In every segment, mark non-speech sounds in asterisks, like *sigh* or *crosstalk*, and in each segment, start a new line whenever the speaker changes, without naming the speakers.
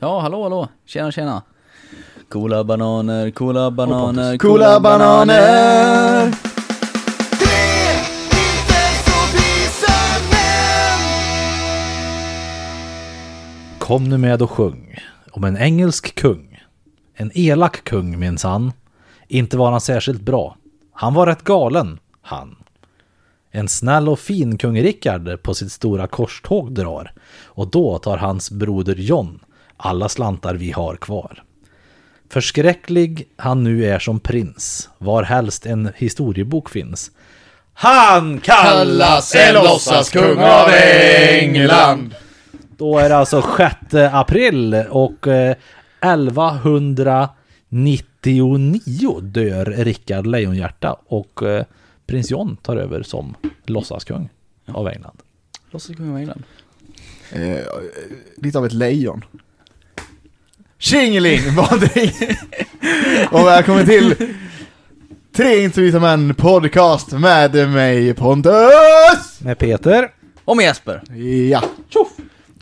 Ja, hallå hallå. Tjena tjena. Coola bananer, coola bananer,
Pontus. Coola bananer!
Kom nu med och sjung om en engelsk kung. En elak kung minsann. Inte var han särskilt bra. Han var rätt galen, han. En snäll och fin kung Rickard på sitt stora korståg drar och då tar hans broder John alla slantar vi har kvar. Förskräcklig han nu är som prins, varhelst en historiebok finns. Han kallas en låtsaskung av England! Då är det alltså 6 april och eh, 1199 dör Rickard Lejonhjärta och eh, prins John tar över som låtsaskung av England.
Låtsas kunga av England.
Eh, lite av ett lejon. Tjingeling *laughs* var det. Och välkommen till Tre intervjuer män podcast med mig Pontus!
Med Peter.
Och med Jesper.
Ja.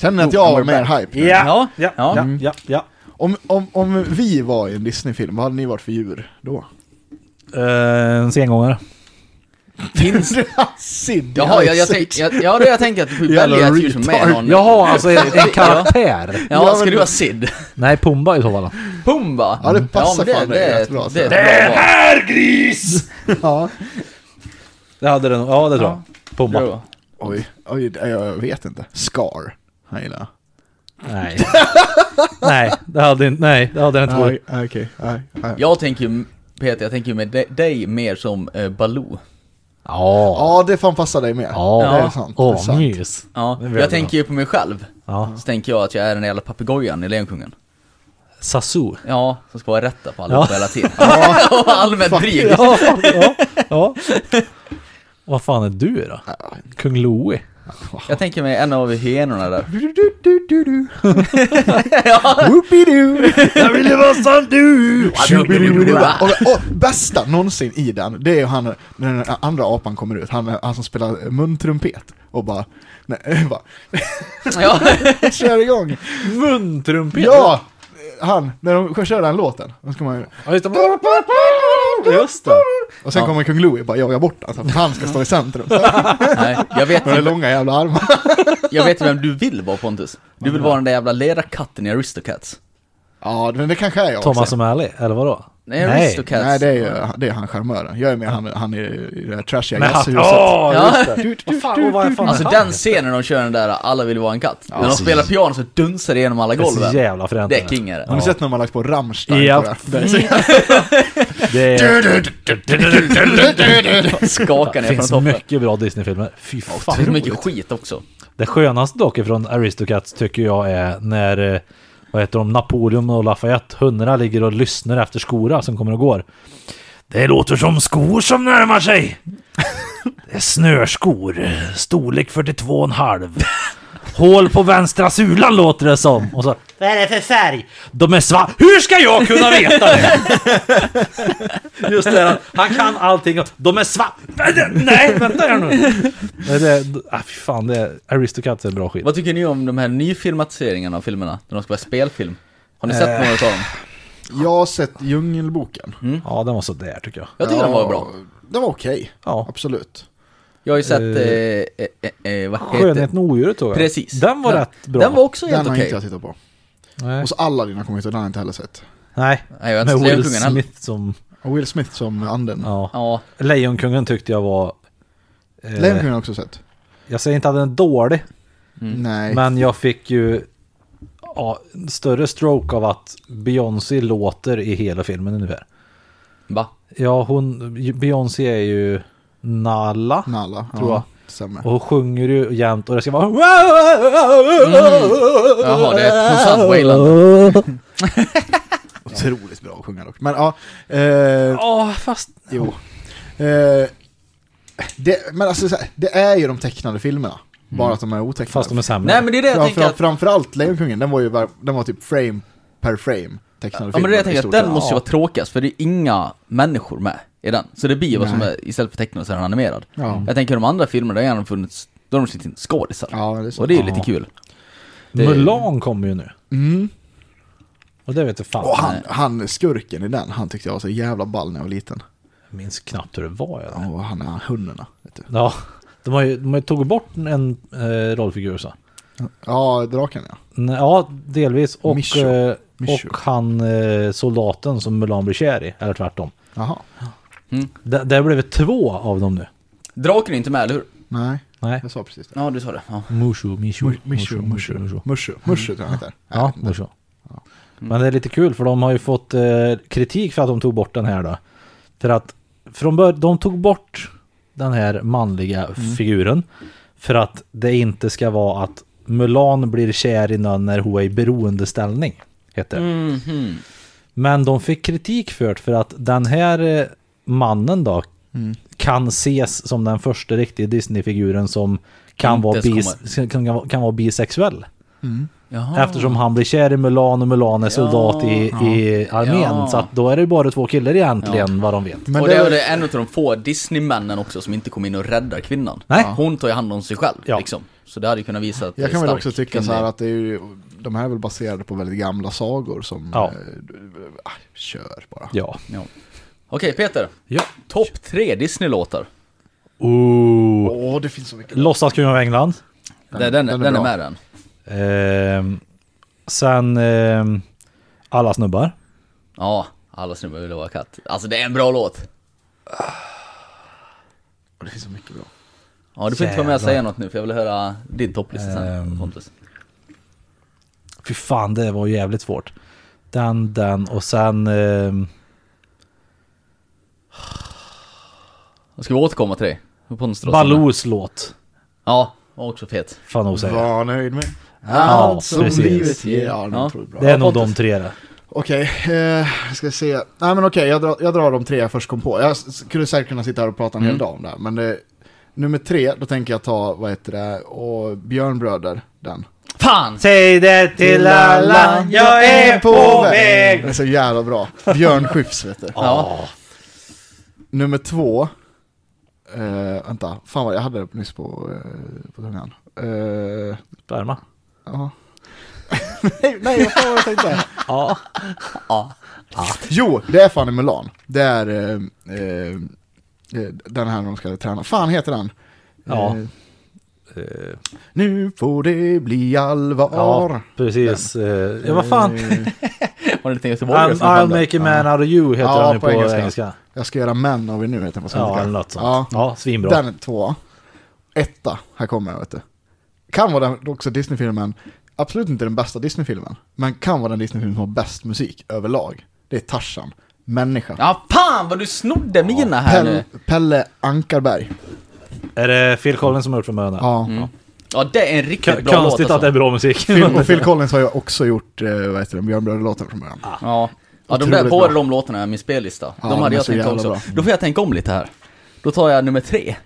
Känner att jag var mer hype. nu.
Ja.
ja,
Ja.
ja, ja, ja.
Om, om, om vi var i en Disney-film, vad hade ni varit för djur *laughs* då?
Eh, en sengångare.
*laughs* Finns
Sid,
Jaha, jag, jag, tänk, jag, ja, jag tänker att du får ju
Jävla
välja ett djur som är
retard.
någon.
Jaha, alltså en, en
*laughs* ja,
karaktär.
ja, ska
men-
du vara Sid?
Nej, Pumba i så fall.
Pumba?
Ja, det passar
men
fan dig rätt bra,
Det, det,
så.
det är ett bra
Ja.
Det hade den, ja det tror jag. Pumba.
val.
Oj, oj, det- jag vet inte. Scar. Han gillar jag.
Nej. *laughs* nej, det hade inte, nej, det hade den inte varit.
Nej, Ah, Okej, ah. nej, nej.
Jag tänker ju, Peter, jag tänker ju med de- dig mer som eh, Baloo.
Ja.
Ja, det fan passar dig med.
Ja.
Det är sant. det är
Åh,
sant.
mys.
Ja,
Det är väl
jag
bra.
tänker ju på mig själv.
Ja.
Så tänker jag att jag är den jävla papegojan i Lejonkungen.
Sasu.
Ja, som ska vara rätta på allihopa
*laughs* Ja.
hela tiden. och allmänt dryg.
Ja, ja, ja. Vad fan är du då? Kung Louie?
Jag tänker mig en av hyenorna där.
*laughs*
Du, du, du, du, du. Whoopidoo!
*laughs* Jag ville vara som du!
och, och bästa någonsin i den, det är ju han, när den andra apan kommer ut, han, han som spelar muntrumpet och bara, nej, *laughs* bara
Ja,
*laughs*
kör igång.
Muntrumpet!
Ja! Han, när de kör den låten, då ska man ju-
Ja, just det. Just det.
och sen kommer Kung Louie och bara jagar bort honom, så att han ska stå i centrum.
*laughs*
nej, jag vet,
Med
ju,
långa jävla armar.
jag vet ju vem du vill vara Pontus. Du vill vara den där jävla ledarkatten i Aristocats.
Ja, men det kanske är jag också.
Thomas och Mally, eller vadå?
Nej, Aristocats.
Nej, det är ju det är han charmören. Jag är med han, han är i det där trashiga
Men han,
jazzhuset.
åh,
Ja.
just det. Vad fan, och vad är fan
Alltså
han?
den scenen de kör den där alla vill vara en katt. När de
Alltså,
spelar piano så dunsar det genom alla
Det är så
golven.
jävla fränt.
Det är king är det.
Har ni sett när man lagt på Rammstein
Ja. Mm.
på det? *laughs* här?
Mm.
Det
Det är,
*laughs* Skakar ner från
finns
toppen.
mycket bra Disney-filmer. Fy
Det
fan.
finns mycket skit också.
Det skönaste dock ifrån Aristocats tycker jag är när, eh, vad heter de, Napoleon och Lafayette, hundarna ligger och lyssnar efter skorna som kommer och går. Det låter som skor som närmar sig. Det är snörskor, storlek 42,5. Hål på vänstra sulan låter det som. Och så,
Vad är det för färg?
de är svart. Hur ska jag kunna veta det? Just det, han- han kan allting. De är svart. Nej, vänta här nu. Det, det, ah, fy fan, det, Aristocats är bra skit.
Vad tycker ni om de här nyfilmatiseringarna av filmerna? När de ska vara spelfilm? Har ni
Eh.
sett några av dem?
Jag har sett Djungelboken.
Ja, den var så där tycker jag.
Jag tycker de var bra.
Den var okej,
Ja.
absolut.
Jag har ju sett, eh, eh, eh, eh, vad heter
Skönheten och odjuret tror jag.
Precis.
Den var rätt bra.
Den var också
Den
helt
har
okej.
inte jag tittat på.
Nej.
Och så alla dina kommit och den har jag inte heller sett.
Nej.
Nej, jag har inte
Med
sett
Will
Lejonkungen heller.
Smith som...
Och Will Smith som anden.
Ja.
Ja,
Lejonkungen tyckte jag var... eh,
Lejonkungen har jag också sett.
jag säger inte att den är dålig,
Mm.
Nej.
men jag fick ju... Ja, en större stroke av att Beyoncé låter i hela filmen ungefär.
va?
Ja, hon... Beyoncé är ju Nala.
Nalla,
Tror jag.
ja, stämmer.
Och hon sjunger ju jämt och det ska vara...
Mm. Jaha, det är ett konstant wailande.
Otroligt bra att sjunga dock. Men ja, eh,
Ja, fast...
jo. Eh, det, men alltså, så här, det är ju de tecknade filmerna. Bara att Mm. de är otecknade.
Fast de är sämre.
Nej men det är det jag
Fram,
tänker
fram,
att,
framförallt Lejonkungen, den var ju var- den var typ frame per frame tecknade
ja, men det är det jag tänker att den måste ju
ja.
vara tråkigast för det är inga människor med i den. Så det blir ju vad som
Nej.
är, istället för tecknad så är den animerad.
Ja.
Jag tänker de andra filmerna, där har de funnits, då har de släppt in skådisar.
Ja, det är så.
Och det är ju lite kul. Det-
Mulan kommer ju nu.
Mm.
Och det vet jag fan.
Och han, han, skurken i den, han tyckte jag var så jävla ball när jag var liten.
Jag minns knappt hur det var. Jag.
Och han är hundarna. Vet du.
Ja, de har ju de har ju tagit bort en eh, rollfigur så.
Ja, draken ja.
Nej, Ja, delvis. Och,
Micho.
eh,
Micho.
och han eh, soldaten som Mulan blir kär i, eller tvärtom.
Jaha.
Det, det har blivit två av dem nu.
Draken är inte med, eller hur?
Nej,
Nej.
jag sa precis det.
Ja, du sa det. Ja.
Mushu, Mishu.
Mushu, Mushu, Mushu. Mushu tror jag han heter.
Ja, Mushu. Men det är lite kul för de har ju fått eh, kritik för att de tog bort den här då. För att från början, de tog bort den här manliga
Mm.
figuren för att det inte ska vara att Mulan blir kär i någon när hon är i beroendeställning. Heter det.
Mhm.
Men de fick kritik för det för att den här eh, mannen då
Mm.
kan ses som den första riktiga Disney-figuren som kan
Inte
vara,
ens
bis- kan, kan, kan vara bisexuell.
Jaha.
Eftersom han blir kär i Mulan och Mulan är soldat i, i armén.
Ja.
Så att då är det bara två killar egentligen vad de vet.
Men
och det är
det,
väl en av de få Disney-männen också som inte kom in och räddar kvinnan.
Nej.
Hon tar ju hand om sig själv,
Ja.
liksom. Så det hade ju kunnat visa att det
jag
är
kan väl
stark
också tycka
kvinnlig-
så här att det är ju, de här är väl baserade på väldigt gamla sagor som...
Ja.
eh, ah, kör bara.
Ja.
Ja. Okej, Peter.
ja.
Topp tre Disney-låtar.
Ooh.
Åh, det finns så mycket.
Låtsaskungen av England.
Den, den, den,
den är
är,
bra.
med den.
Ehm, sen ehm, Alla snubbar.
Ja, alla snubbar vill vara katt. Alltså det är en bra låt.
Åh, Det finns så mycket bra.
Ja, du får inte vara med och
Jävlar.
säga något nu för jag vill höra din topplista sen,
Ehm.
Pontus.
Fy fan, det var ju jävligt svårt. Den, den och sen... ehm,
Då ska vi återkomma till dig. Hur Pontus drar sig med.
Baloos låt.
Ja, var också fet.
Fan nog säga.
Var nöjd med
Ja, Alltså, precis.
Ja, de
Ja.
tror jag är bra.
Det är nog de tre där.
Okej, eh, ska se. Nej men okej, jag, drar, jag drar de tre jag först kom på. Jag s- skulle säkert kunna sitta här och prata en
Mm.
hel dag om det här, men det, nummer tre, då tänker jag ta, vad heter det, och Björnbröder, den.
Fan!
Säg det till alla, jag är på väg!
Den är så jävla bra. Björn Skifs vet du.
Ja.
Nummer två, eh, vänta, fan vad jag hade det nyss på, eh, på tungan. Eh,
Värma.
ja. *laughs* nej, nej, vad fan var det jag tänkte?
Ja.
Jo, det är fan i Mulan. Det är eh, eh, eh, den här när de ska träna. Fan heter den?
Ja.
Eh,
Eh,
nu får det bli allvar.
Ja, precis. Eh, Ja, vad fan.
Eh,
Var det lite göteborgare
I'm,
som kom
I'll
där?
make a man out of you heter
Ja,
han nu
på
på,
engelska.
engelska.
jag ska göra män av er nu heter den på
Ja,
svenska.
eller något sånt.
Ja.
Ja, svinbra.
den är två. Etta, här kommer jag vet du. Kan vara den också Disney-filmen, absolut inte den bästa Disney-filmen, men kan vara den Disney-filmen som har bäst musik överlag. Det är Tarzan, Människa.
Ja, fan vad du snodde mina här
Pelle,
nu.
Pelle Ankarberg.
Är det Phil Collins som har gjort för mig?
Ja.
Mm. Ja, det är en riktigt
K-
bra låt
konstigt att det
alltså.
är bra musik. *laughs*
Phil, och Phil Collins har ju också gjort eh, vad heter det, Björnbröder-låten från början.
Ja. Ja, de
Otroligt
där på
bra.
de låtarna i min spellista.
Ja,
de
de är
hade jag
så
tänkt
jävla
också.
bra.
Då får jag tänka om lite här. Då tar jag nummer tre.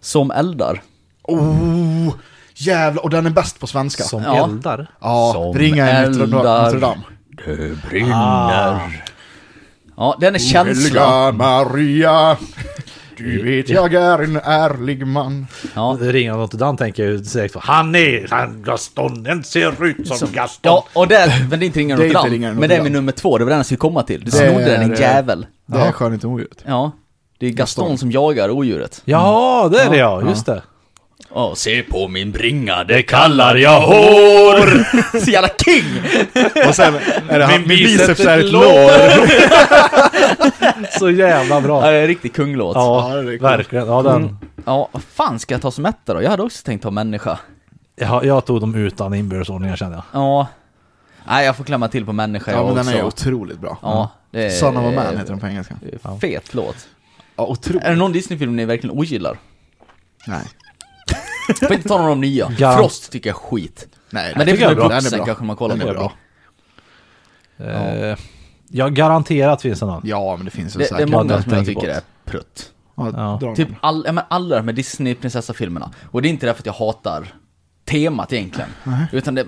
Som eldar.
Oh, jävlar, och den är bäst på svenska.
Som
Ja.
eldar.
ja,
Som
ringa i Notre
eldar.
Notre Dame.
Ah.
Ja, den är känsla.
Helga Maria, du vet jag är en ärlig man.
Ja.
Ringar något till Dan tänker jag ju direkt på. Han är han Gaston, den ser ut som, Gaston.
Ja, och där, men det är inte Ringar
Det är
Notre
inte
Dame.
Ringar Notre
Men det är
Dame.
min nummer två, det var den jag skulle komma till. Du
Det
snodde
är-
den, din jävel.
Det är skönhet och odjuret.
Ja, det är Gaston som jagar odjuret.
Ja, det är det ja. Just det.
Ja, se på min bringa, det
kallar jag hår!
*laughs* Så jävla king!
Och sen är det han, min
biceps
biceps
är
är ett
ett
lår.
*laughs*
*laughs*
Så jävla
Ja, det
bra.
är en riktig kunglåt. Ja.
Ja,
Ja, det är Mm. coolt.
verkligen. Ja, den.
Mm. ja, vad fan ska jag ta som etta då? Jag hade också tänkt ta människa.
Jag, jag tog dem utan inbördesordningar kände jag.
Ja. Nej, jag får klämma till på människa
Ja,
jag
men den
också.
är ju otroligt bra.
Ja, det är...
Son of a man heter den på engelska.
den. Fet låt.
Ja, otroligt.
Är det någon Disney-film ni verkligen ogillar?
Nej.
Får inte ta någon av de nya.
Ja.
Frost tycker jag är skit.
Nej,
Men det är
tycker jag är
för
bra.
vuxen kanske man kollar
Den
på.
är bra.
Eh, Jag garanterat finns det någon.
Ja, men det finns ju
Det, det är
säkert.
Ja,
många
den
som jag
tänker
tycker
bort.
är prutt.
Ja,
Ja.
dra den.
Typ all, ja, men alla de här Disney-prinsessa-filmerna. Och det är inte därför att jag hatar temat egentligen. Utan det,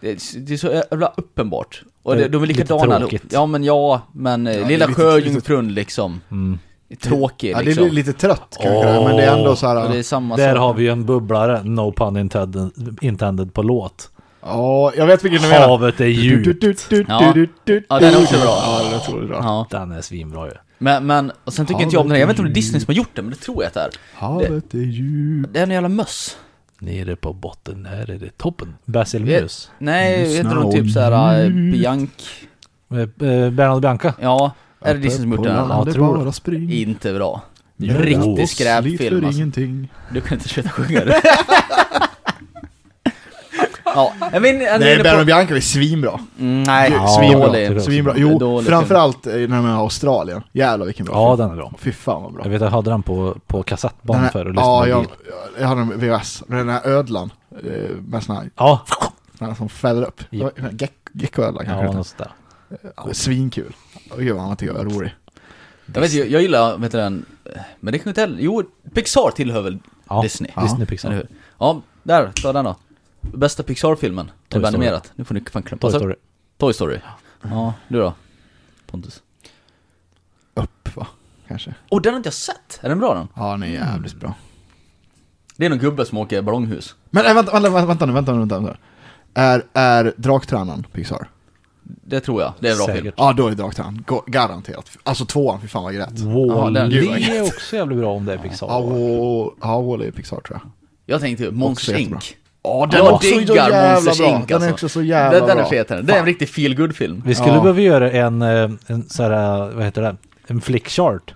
det, är- det är så jävla uppenbart. Och
Det
det,
är
de är
lite
likadana allihop.
tråkigt.
Ja men ja, men eh,
det är
Lilla
lite-
Sjöjungfrun liksom.
Mm.
Det är Tråkig
Ja, det
liksom.
blir lite trött kanske, men det är ändå så
Och det är
här...
samma
Där
sak.
har vi ju en bubblare, no pun intended, intended på låt.
Ja, jag vet vilken du menar.
Havet är djupt.
Ja. Ja, den är också bra.
Ja, den är otroligt bra.
Ja.
Den är svinbra ju.
Men, men och sen tycker inte jag om den här. Jag vet inte om det är Disney som har gjort den, men det tror jag att det är.
Havet är djupt.
Det är en jävla möss.
Nere på botten, här är det toppen. Eh, Basil Mus.
Nej,
Lyssna
heter de
och
typ såhär äh,
njut.
Bianc...
Eh, eh, Bernard och Bianca.
Ja, är det Disney som gjort den?
Uppe
eller?
på
Ja,
landet
tror det.
bara spring.
Inte bra.
Jo.
Riktig
Slit
Slit för
skräpfilm alltså.
ingenting.
Du kan inte sluta sjunga det. *laughs* Ja, jag men, jag
Nej,
är inne
Baron och
på... Mm,
Bianca är svinbra.
Nej,
Ja,
jag
svinbra.
tycker-
Svinbra.
Det är
Jo,
dålig
framförallt eh, när de är i Australien. Jävlar vilken bra
Ja,
film.
den är bra.
Fy fan vad bra.
Jag vet jag hade den på, på
Den
kassettband
här-
förr och lyssnade
Ja,
på
jag,
bil.
jag hade en VHS. Den här ödlan. eh, Med sån här,
Ja,
sån här som fäller upp.
Japp.
Gecko- Geckoödla kanske
ja
det
något
heter.
sånt där.
Ja, Svinkul. Åh, Gud vad han tycker jag är rolig.
Jag vet ju, jag gillar, vet du den, men det kan ju inte heller, jo, Pixar tillhör väl
Ja,
Disney?
Ja. Disney
Eller
Pixar.
hur? Ja, där, ta den då. Bästa Pixar-filmen,
Toy
typ
Story.
animerat. Nu får ni fan klappa.
Toy Story.
Toy Story. Ja, du då? Pontus.
Upp va? Kanske.
Och den har inte jag sett! Är den bra den?
Ja, den är jävligt bra.
Det är någon gubbe som åker ballonghus.
Men äh, vänta, vänta, vänta, vänta nu, vänta nu, vänta nu. Är, är Draktränaren Pixar?
Det tror jag. Det är en bra film.
Säkert.
Ja, då är Draktränaren. Go- Garanterat. Alltså tvåan, fy fan vad jag grät.
Ja, den-
Wall-E
Gud, vad
är också jävligt bra om det är Pixar.
Ja, Wall- ja, Wall är Pixar tror jag.
Jag tänkte ju Monsters
Också jättebra.
Inc.
Ja,
den Jag var också så diggar jävla Monsters bra. Inc,
Den är
alltså.
också så jävla
Den, den är
bra.
fet den. Det är en riktig feel good film
Vi skulle
Ja.
behöva göra en, eh, en så här, eh, vad heter det, en flickchart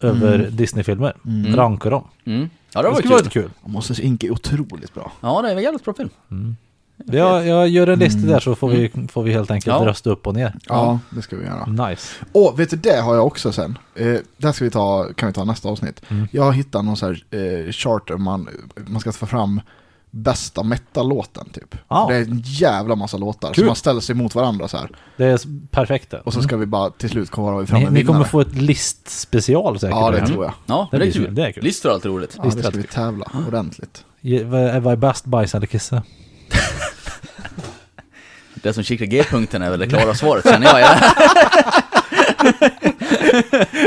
över Disney-filmer. Ranka dem.
mm. Ja, det
Det
var
skulle vara lite
kul.
kul.
Monsters Inc är otroligt bra.
Ja, det är en jävligt bra film.
Jag, jag gör en lista där så får vi, får vi helt enkelt
Ja.
rösta upp och ner.
Ja, det ska vi göra.
Nice.
Åh, vet du, det har jag också sen. Eh, där ska vi ta, kan vi ta nästa avsnitt.
Mm.
Jag hittar någon så här eh, charter man, man ska få fram bästa metal-låten typ.
Ah.
Ja.
Det är en jävla massa låtar
Kul.
som man ställer sig mot varandra så här.
Det är s- perfekt det.
Mm.
Och så ska vi bara till slut komma fram
Ni,
en
ni kommer
vinnare.
få ett listspecial säkert.
Ja, det tror jag.
Ja,
Det
det, är
blir
kul.
kul, det är kul.
Listor är alltid roligt.
Ja,
Visst
det
är
ska
det
vi tävla
Ah.
ordentligt.
Ge- vad är- Vad är bäst, bajs eller kissa?
Det som kikar G-punkten är väl det klara svaret känner jag. Ja.
*laughs*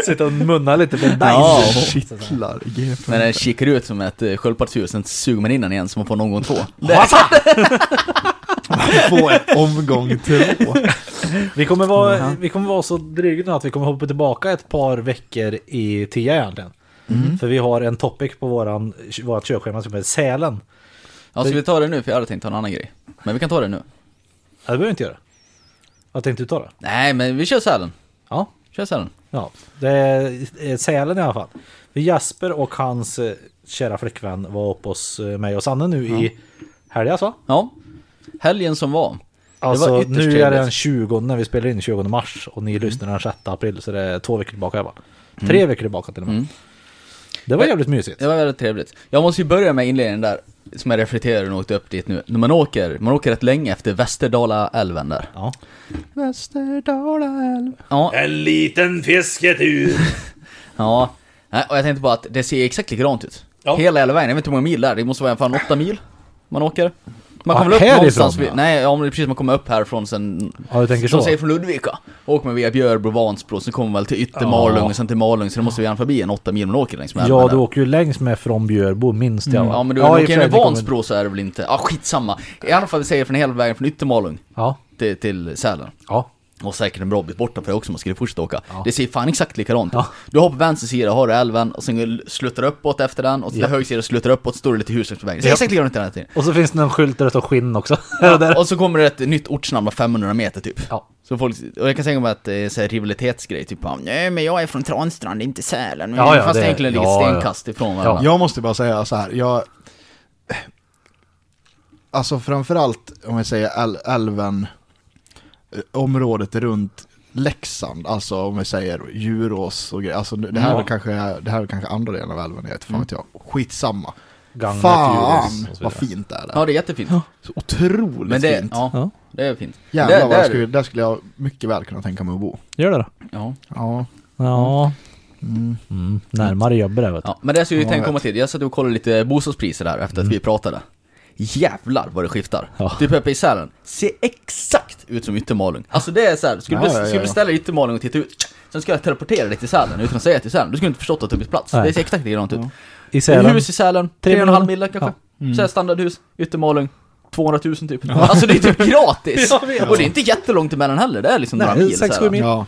Sitta och munna lite för
Ja.
bajs. *laughs*
Kittlar i
*laughs*
GP.
När den kikar ut som ett eh, sköldpaddshuvud, sen suger man in den igen så man får en omgång två. Det,
Få en omgång två.
Vi kommer, vara, vi kommer vara så dryga nu att vi kommer hoppa tillbaka ett par veckor i TIA egentligen.
Mm.
För vi har en topic på våran, vårat körschema som heter Sälen.
ja, ska vi ta det nu? För jag hade tänkt ta en annan grej. Men vi kan ta det nu.
Ja, Det behöver vi inte göra. Jag tänkte du ta det?
Nej, men vi kör sälen.
Ja.
Kör sälen.
ja. Det är eh, Sälen i alla fall. För Jasper och hans eh, kära flickvän var uppe hos eh, mig och Sanne nu i alltså. helgas va?
Ja. Helgen som var. det var
Alltså
ytterst
nu är
trevligt.
det den 20 när vi spelar in 20 mars och ni lyssnar den 6 april så det är två veckor tillbaka va? Tre veckor tillbaka till och med. Det var jävligt mysigt.
Det var väldigt trevligt. Jag måste ju börja med inledningen där, som jag reflekterar när jag åkte upp dit nu. När man åker, man åker rätt länge efter Västerdala älven där.
Ja.
Västerdala älv.
Ja,
En liten fisketur.
ja. Nej, Och jag tänkte bara att det ser exakt likadant ut.
Ja.
Hela jävla vägen, jag vet inte hur många mil där. det måste vara en fan åtta mil man åker. Man
Ja,
kommer väl upp
härifrån,
någonstans vid,
ja.
Nej, ja, men det är precis, man kommer upp härifrån sen...
Ja, du tänker
Som
så.
säger från Ludvika. Åker man via Björbro, Vansbro, sen kommer man väl till Yttermalung och sen till Malung, så det måste vi gärna förbi en åtta mil man åker längs med älven
Ja,
där.
du åker ju längs med från Björbo minst jag va?
Ja men du,
Mm. ja,
ja,
i och
åker
för
med
sig, det kommer-
Vansbro så är det väl inte... Ja, ah, skitsamma. I alla fall, vi säger från hela vägen från Yttermalung
Ja,
till, till Sälen.
ja.
Och säkert en bra bit borta för jag också, man skulle fortsätta åka. Det ser fan exakt likadant ut. Du har på vänster sida har du älven, och sen slutar du uppåt efter den, och till höger sida slutar du uppåt, står det lite hus efter vägen. Det ser
Ja.
exakt likadant ut den här tiden.
Och så finns det en skylt där det står skinn också. Ja, *laughs* där.
Och så kommer det ett nytt ortsnamn var 500 meter typ.
ja.
Så folk, och jag kan tänka mig att det är så här rivalitetsgrej, typ bara, nej men jag är från Transtrand, inte Sälen.
Ja, ja,
Fast
det-
egentligen ligger
ja, ja.
stenkast ifrån varandra.
Jag måste bara säga så här, jag... Alltså framförallt om jag säger äl- älven, eh, området runt Leksand, alltså om vi säger Djurås och grejer. Alltså det här,
Ja.
är väl kanske, det här är väl kanske andra delen av älven, jag vet
Mm.
fan vet jag. Skitsamma.
Gagnet,
Fan
Djurås och så
vad
vidare.
fint det är där.
Ja, det är jättefint.
Så otroligt
Men det,
fint.
ja,
Ja.
det är fint.
Jävlar
Där-
vad jag
där-
skulle, där skulle jag mycket väl kunna tänka mig att bo.
Gör det då.
Ja.
Ja.
Ja.
Mm.
Mm. Närmare jobbet där vet du.
Ja, men det skulle jag
Ja,
tänkt
jag
komma till. Jag satt och kollade lite eh, bostadspriser där efter att vi pratade. Jävlar vad det skiftar.
Ja.
Typ uppe i Sälen, ser exakt ut som Yttermalung. Alltså det är såhär, skulle,
Ja,
du
ja, ja,
skulle
ja.
beställa Yttermalung och titta ut, sen ska jag teleportera dig till Sälen utan att säga till Sälen. Du skulle inte förstått att det blivit plats.
Nej.
Det ser exakt likadant ut.
I
Det är
Sälen.
Hus i Sälen,
Tre
3,5
miljoner.
mil kanske. Så här standardhus, Yttermalung, 200 000 typ. Alltså det är
*laughs*
typ gratis!
Jag vet.
Och det är inte jättelångt emellan heller, det är liksom några
Nej,
mil.
sex
så
sju
här.
mil.
Ja.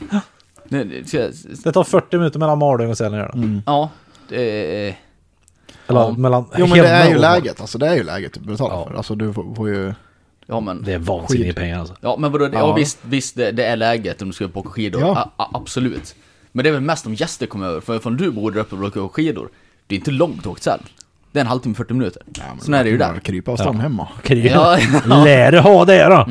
Nej, det- så jag-
Det tar 40 minuter mellan Malung och Sälen gör det.
Mm.
Ja, det är...
Eller
Ja.
mellan
Jo men det
Hemne
är ju
och-
läget, alltså det är ju läget du betalar
Ja.
för. Alltså du får, får ju...
Ja men...
Det är vansinnigt pengar alltså.
Ja men vadå, ja,
Ja.
visst, visst det, det är läget om du ska upp och åka skidor,
Ja.
a, a, absolut. Men det är väl mest om gäster kommer över, för från du bor där uppe och åker skidor, det är inte långt åkt sen. Det är en halvtimme, 40 minuter. Sen är det ju där.
Krypa och stanna
Ja.
hemma.
Ja,
*laughs*
Mm.
Lär du ha det då!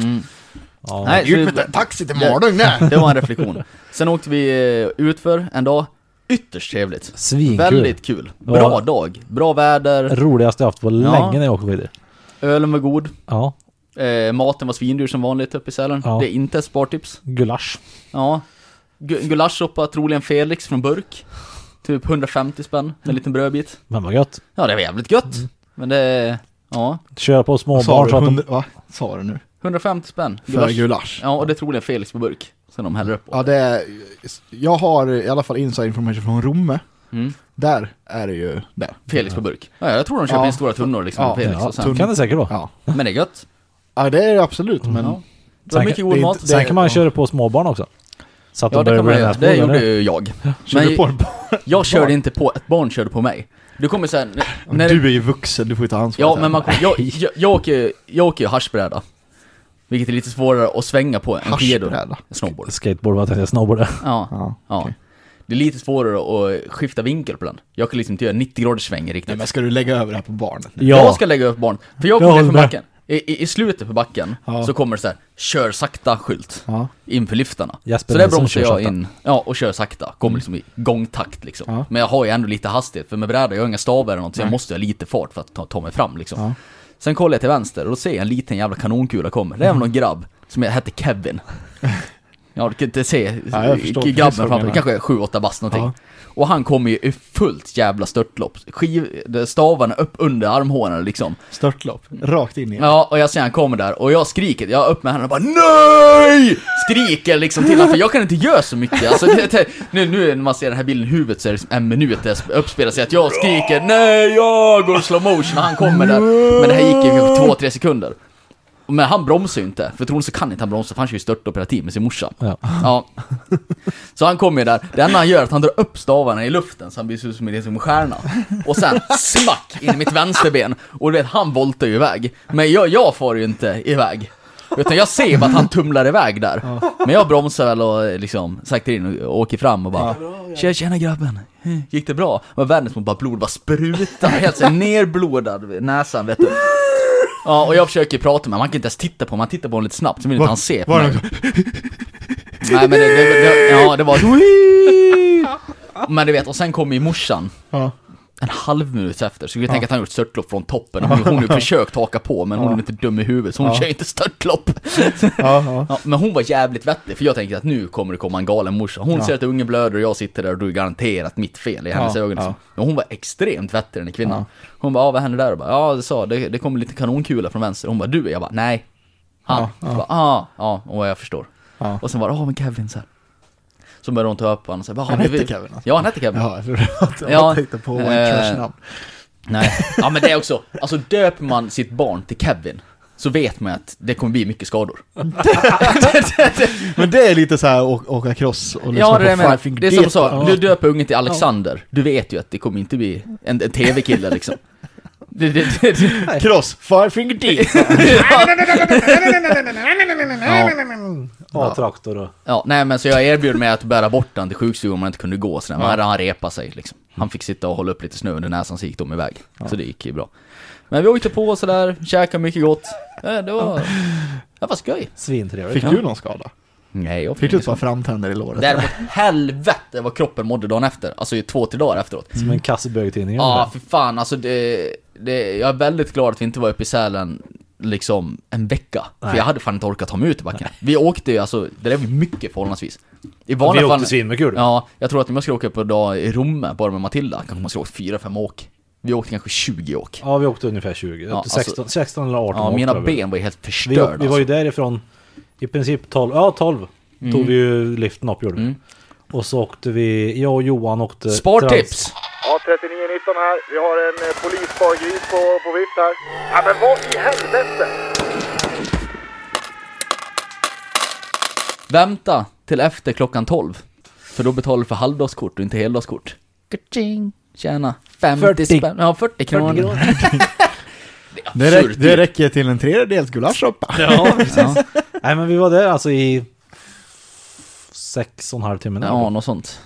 Ja.
Nej, så
Ut med
det,
en taxi till Malung nej!
*laughs* det var en reflektion. Sen åkte vi eh, utför en dag, ytterst trevligt.
Svinkul.
Väldigt kul. Bra
Ja.
dag, bra väder,
Roligaste jag haft på
Ja.
länge när jag åker skidor.
ölen var god,
Ja,
eh, maten var svindyr som vanligt uppe i Sälen.
Ja.
Det är inte ett spartips.
gulasch.
Ja. Gu- Gulaschsoppa, troligen Felix från burk. Typ 150 spänn, en liten brödbit.
Men vad gött.
Ja, det var jävligt gött. Men det... Ja.
Köra på små
Sa
barn
du
så att de...
100 va? Sa du nu?
150 spänn.
För gulasch?
Ja, och det är troligen Felix på burk. Sen de häller upp på.
Ja, det är, jag har i alla fall inside information från Romme.
Mm.
Där är det ju det.
Felix på burk. Ja, jag tror de köper
Ja.
in stora tunnor liksom
Ja,
ja, Felix
Ja,
och sen.
kan det säkert vara.
Ja,
Men det är gött.
ja det är det absolut, men...
Ja. Det var
Sen,
mycket
kan,
god
det är
mat.
inte-
sen kan man ju
ja.
köra på småbarn också. Så att
Ja,
de
det
börjar
kan man
bli
göra.
näsmål,
Det gjorde
eller?
ju jag.
Kör du på en
Jag körde inte på ett barn, körde på mig. Du kommer sen... *laughs* när-
Du är ju vuxen, du får ju ta ansvar
Ja,
sen.
men man, jag, jag, jag åker ju jag åker ju haschbräda. Vilket är lite svårare att svänga på än skidor.
Haschbräda?
Snowboard.
Skateboard, vad tänkte jag? Snowboard.
Ja,
Ja.
ja.
okej.
Det är lite svårare att skifta vinkel på den. Jag kan liksom inte göra 90 graders sväng riktigt.
Nej, men ska du lägga över det här på barnen?
Jag
Ja,
ska lägga upp barn. För jag
Jag
kommer ner för
håller med.
backen. I, i, I slutet på backen
Ja.
så kommer det så här, kör sakta-skylt.
Ja.
Inför liftarna.
Jesper
så där
Nilsson
bromsar
kör
jag
sakta.
in, ja, och kör sakta. Kommer liksom i gångtakt liksom.
Mm. Ja.
Men jag har ju ändå lite hastighet, för med bräda, jag har inga stavar eller något, så jag måste ha lite fart för att ta, ta mig fram liksom.
Ja.
Sen kollar jag till vänster och då ser jag en liten jävla kanonkula komma. Det är
Mm.
väl någon grabb som jag hette
*laughs*
Kevin. Ja, du kan inte se
Ja, jag förstår precis
grabben
vad du
framför mig,
menar.
kanske 7-8 bast någonting.
Ja.
Och han kommer ju i fullt jävla störtlopp. Skiv, stavarna upp under armhålorna liksom.
Störtlopp, rakt in i ja.
Ja, och jag ser han kommer där och jag skriker, jag upp med händerna och bara NEJ! Skriker liksom till honom, för jag kan inte göra så mycket. Alltså, det, det, nu, nu när man ser den här bilden i huvudet så är det liksom en minut där det uppspelar sig att jag skriker NEJ! Jag går i slow motion och han kommer där. Men det här gick ju kanske två, tre sekunder. Men han bromsar ju inte, för troligen så kan inte han bromsa för han kör ju störtoperativ med sin morsa.
Ja.
Ja. Så han kommer ju där, det enda han gör är att han drar upp stavarna i luften så han blir så som en som en stjärna. Och sen smack in i mitt vänsterben. Och du vet, han voltar ju iväg. Men jag, jag far ju inte iväg. Utan jag ser bara att han tumlar iväg där. Men jag bromsar väl och liksom saktar in och åker fram och bara Tjena, tjena grabben, Eh, gick det bra? Och världens mot bara blod bara sprutar, helt såhär nerblodad vid näsan vet du. Ja, och jag försöker prata med honom, han kan inte ens titta på mig, han tittar på honom lite snabbt så vill inte han se på
var
mig.
det
Nej men det, det, det, ja det var Men du vet, och sen kom ju morsan
*laughs* Ja.
en halv minut efter, så vi tänka att han gjort störtlopp från toppen. Hon hon har ju försökt haka på, men hon är inte dum i huvudet, så hon kör ju inte
*laughs*
störtlopp.
Ja, ja.
Ja, men hon var jävligt vettig, för jag tänkte att nu kommer det komma en galen morsa. Hon ser att ungen blöder och jag sitter där och då är garanterat mitt fel i hennes
Ja,
ögon. Liksom.
ja.
Men hon var extremt vettig den här kvinnan. Hon bara, ja vad hände där? Och bara, ja, det sa, det, det kom lite kanonkula från vänster. Hon bara, du? Jag bara, nej. Han.
Ja,
Jag bara, ja, ja, och jag förstår. *laughs*
Ja.
Och sen var det, ja men Kevin så här. Så började hon ta upp honom och säga,
Han hette Kevin, alltså.
Ja, han hette Kevin.
Ja, jag trodde att jag
Ja,
tänkte på
eh,
White Trash-namn.
Nej, ja men det är också, alltså döper man sitt barn till Kevin så vet man att det kommer bli mycket
*laughs*
skador.
Men det är lite så här å- åka cross och liksom lyssna
ja,
på
det är
Five
med.
Finger
Det är som
Death.
så, du döper ungen till Alexander, du vet ju att det kommer inte bli en, en tv-kille
*laughs*
liksom. Det, det, det, det.
Cross,
*laughs*
Five Finger Death.
ja. traktor och...
Ja, nej men så jag erbjöd mig att bära bort han till sjukstugan om han inte kunde gå sådär. Men han repade sig liksom. Han fick sitta och hålla upp lite snö under näsan så gick de iväg. Så det gick ju bra. Men vi åkte på sådär, käkade mycket gott. Ja, Det var... Det var skoj.
Svintrevligt.
Fick du någon skada?
Nej, jag
Fick du
ingen
ett par framtänder i låret?
Däremot helvete vad kroppen mådde dagen efter, alltså i två, tre dagar efteråt.
Som en kasse bögtidning.
Ja,
ungefär.
för fan alltså det, det, jag är väldigt glad att vi inte var uppe i Sälen liksom en vecka.
Nej.
För jag hade fan inte orkat ta mig ut i backen. Vi åkte ju alltså, det där var ju mycket förhållandevis. I
Vi
vanliga
åkte
fall,
svinmycket ja.
ja, jag tror att om jag skulle åka på en dag i Romme bara med Matilda, kanske man skulle åkt fyra, fem åk. Vi åkte kanske 20 åk.
ja, vi åkte ungefär 20.
Ja, alltså-
16, 16 eller 18
Ja,
åkte
mina alltså.
vi.
ben var ju helt
Vi,
förstörda.
vi var ju därifrån i princip 12, ja 12
Mm.
tog vi ju liften upp gjorde vi. Och så åkte vi, jag och Johan åkte...
alltså. Spartips!
Ja, 3919 här. Vi har en eh, polisbargris på, på vift här. Ja, men vad i helvete!
Vänta till efter klockan 12. För då betalar du för halvdagskort och inte heldagskort. Kaching. Tjäna 50
40.
spänn. Ja, 40 kronor.
Det, räck, det räcker till en tredjedels gulaschsoppa.
Ja, precis. Nej, men vi var där alltså i sex och en halv timme.
Ja,
Ja.
något sånt.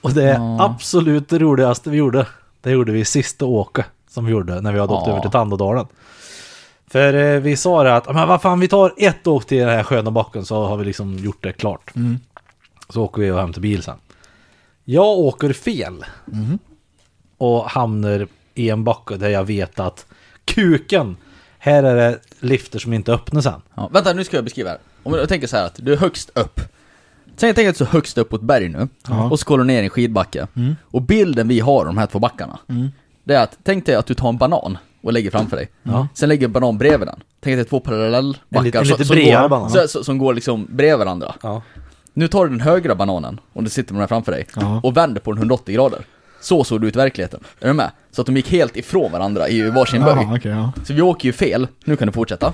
Och det
Ja.
absolut roligaste vi gjorde, det gjorde vi i sista åket som vi gjorde när vi hade åkt
Ja.
över till Tandådalen. För eh, vi sa det att, men vad fan, vi tar ett åk till den här sköna backen så har vi liksom gjort det klart.
Mm.
Så åker vi och hämtar bil sen. Jag åker fel.
Mm.
Och hamnar i en backe där jag vet att kuken, här är det lifter som inte öppnar sen.
Ja, vänta, nu ska jag beskriva här. Om jag tänker så här att du är högst upp. Tänk tänk att du är så högst upp på ett berg nu, och så kollar du ner i en skidbacke.
Mm.
Och bilden vi har av de här två backarna, det är att tänk dig att du tar en banan och lägger framför dig. Sen lägger du en banan bredvid den. Tänk dig två
En lite-
parallellbackar
en
som-
lite
som,
bredare
går-
banan.
så- så- som går liksom bredvid varandra.
Ja.
Nu tar du den högra bananen, och du sitter med den här framför dig, och vänder på den 180 grader. Så såg det ut i verkligheten. Är du med? Så att de gick helt ifrån varandra i varsin böj.
okej, ja.
Så vi åker ju fel. Nu kan du fortsätta.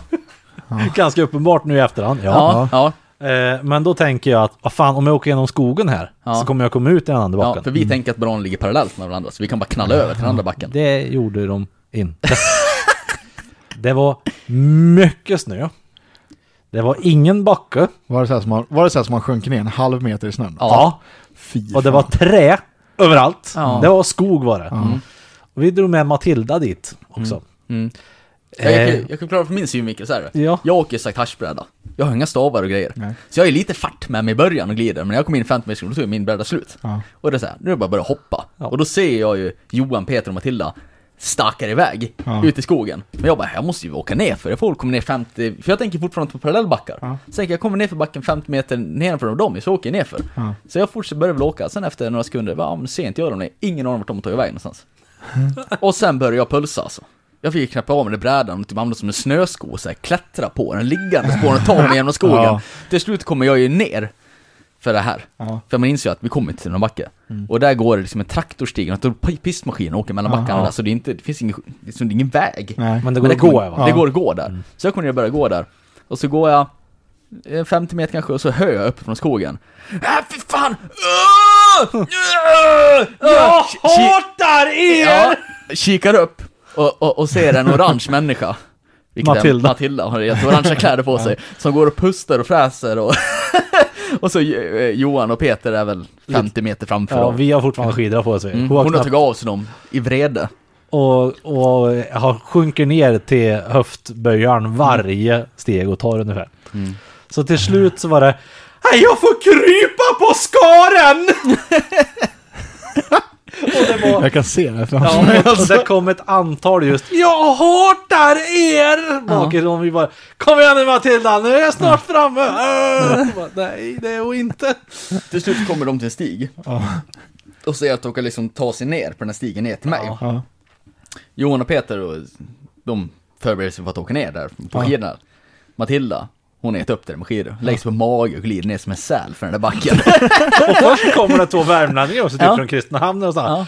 Ganska uppenbart nu i efterhand.
Ja, ja.
Eh, Men då tänker jag att, vad fan, om jag åker genom skogen här
Ja.
så kommer jag komma ut i den andra
Ja,
backen.
för vi
Mm.
tänker att bananen ligger parallellt med varandra, så vi kan bara knalla över till den andra backen.
Det gjorde de inte. *laughs* det var mycket snö. Det var ingen backe.
Var det så här som man, var det så här som man sjönk ner en halv meter i snön?
Ja.
Fy
Och det
fan.
var trä överallt.
Ja.
Det var skog var det. Och vi drog med Matilda dit också.
Mm. Jag,
Eh.
kan- jag kan klara från min synvinkel så här.
Ja.
Jag åker sagt haschbräda. Jag har inga stavar och grejer.
Nej.
Så jag är lite fart med mig i början och glider, men när jag kommer in i 50 meters då tog min bräda slut.
Ja.
Och det är så här, nu är det bara att börja hoppa.
Ja.
Och då ser jag ju Johan, Peter och Matilda stackar iväg
Ja.
ut i skogen. Men jag bara, jag måste ju åka ner för jag får komma ner 50, för jag tänker fortfarande på parallellbackar.
Ja.
Så tänker jag, jag kommer ner för backen 50 meter nedanför dem, så åker jag ner för.
Ja.
Så jag fortsätter börja väl åka, sen efter några sekunder, bara, ja, men ser inte jag dem längre, ingen aning vart de har tagit väg någonstans. och sen börjar jag pulsa alltså. Jag fick knäppa av mig den brädan och typ använda som en snösko och så här, klättra på den, liggandes på den och ta mig
*laughs*
genom skogen.
Ja.
Till slut kommer jag ju ner för det här.
Ja. Mm.
För man inser ju att vi kommer inte till någon backe. Och där går det liksom en traktorstig, och en p- pistmaskin och åker mellan backarna där, så det, är inte, det finns ingen, liksom, det är ingen väg.
Nej.
Men det går att
kommer-
gå va?
Det
Ja.
går att gå där. Så jag kommer ner och börjar gå där. Och så går jag eh, 50 meter kanske, och så hör jag upp från skogen. Äh, fy fan! Åh! Åh!
Jag
Ki- ki-
hatar er!
Ja, kikar upp och, och, och ser en orange människa. Vilket
Matilda.
Är, Matilda har jätteorangea kläder på sig. Som går och pustar och fräser och... *laughs* och så eh, Johan och Peter är väl 50 meter framför
Ja,
dem.
vi har fortfarande skidor på oss.
Mm.
Mm.
Hon har tagit av sig dem i vrede.
och, och har, sjunker ner till höftböjaren varje steg och tar ungefär. Så till slut så var det Nej, jag får krypa på skaren! och det var...
Jag kan se det framför mig.
Ja, *laughs* och det kom ett antal just Jag hatar er! Bakifrån vi bara Kom igen nu Matilda, nu är jag snart framme! Äh, och bara, Nej, det är jag inte.
Till slut kommer de till en stig.
Ja.
Och ser att de kan liksom ta sig ner på den här stigen ner till mig.
Ja.
Ja.
Johan och Peter, och de förbereder sig för att åka ner där på
Ja.
skidorna. Matilda, hon äter upp det med skidor. Lägger sig på mage och glider ner som en säl för den där backen.
Och först kommer det två värmlänningar också, typ
Ja.
från Kristinehamn och sådär.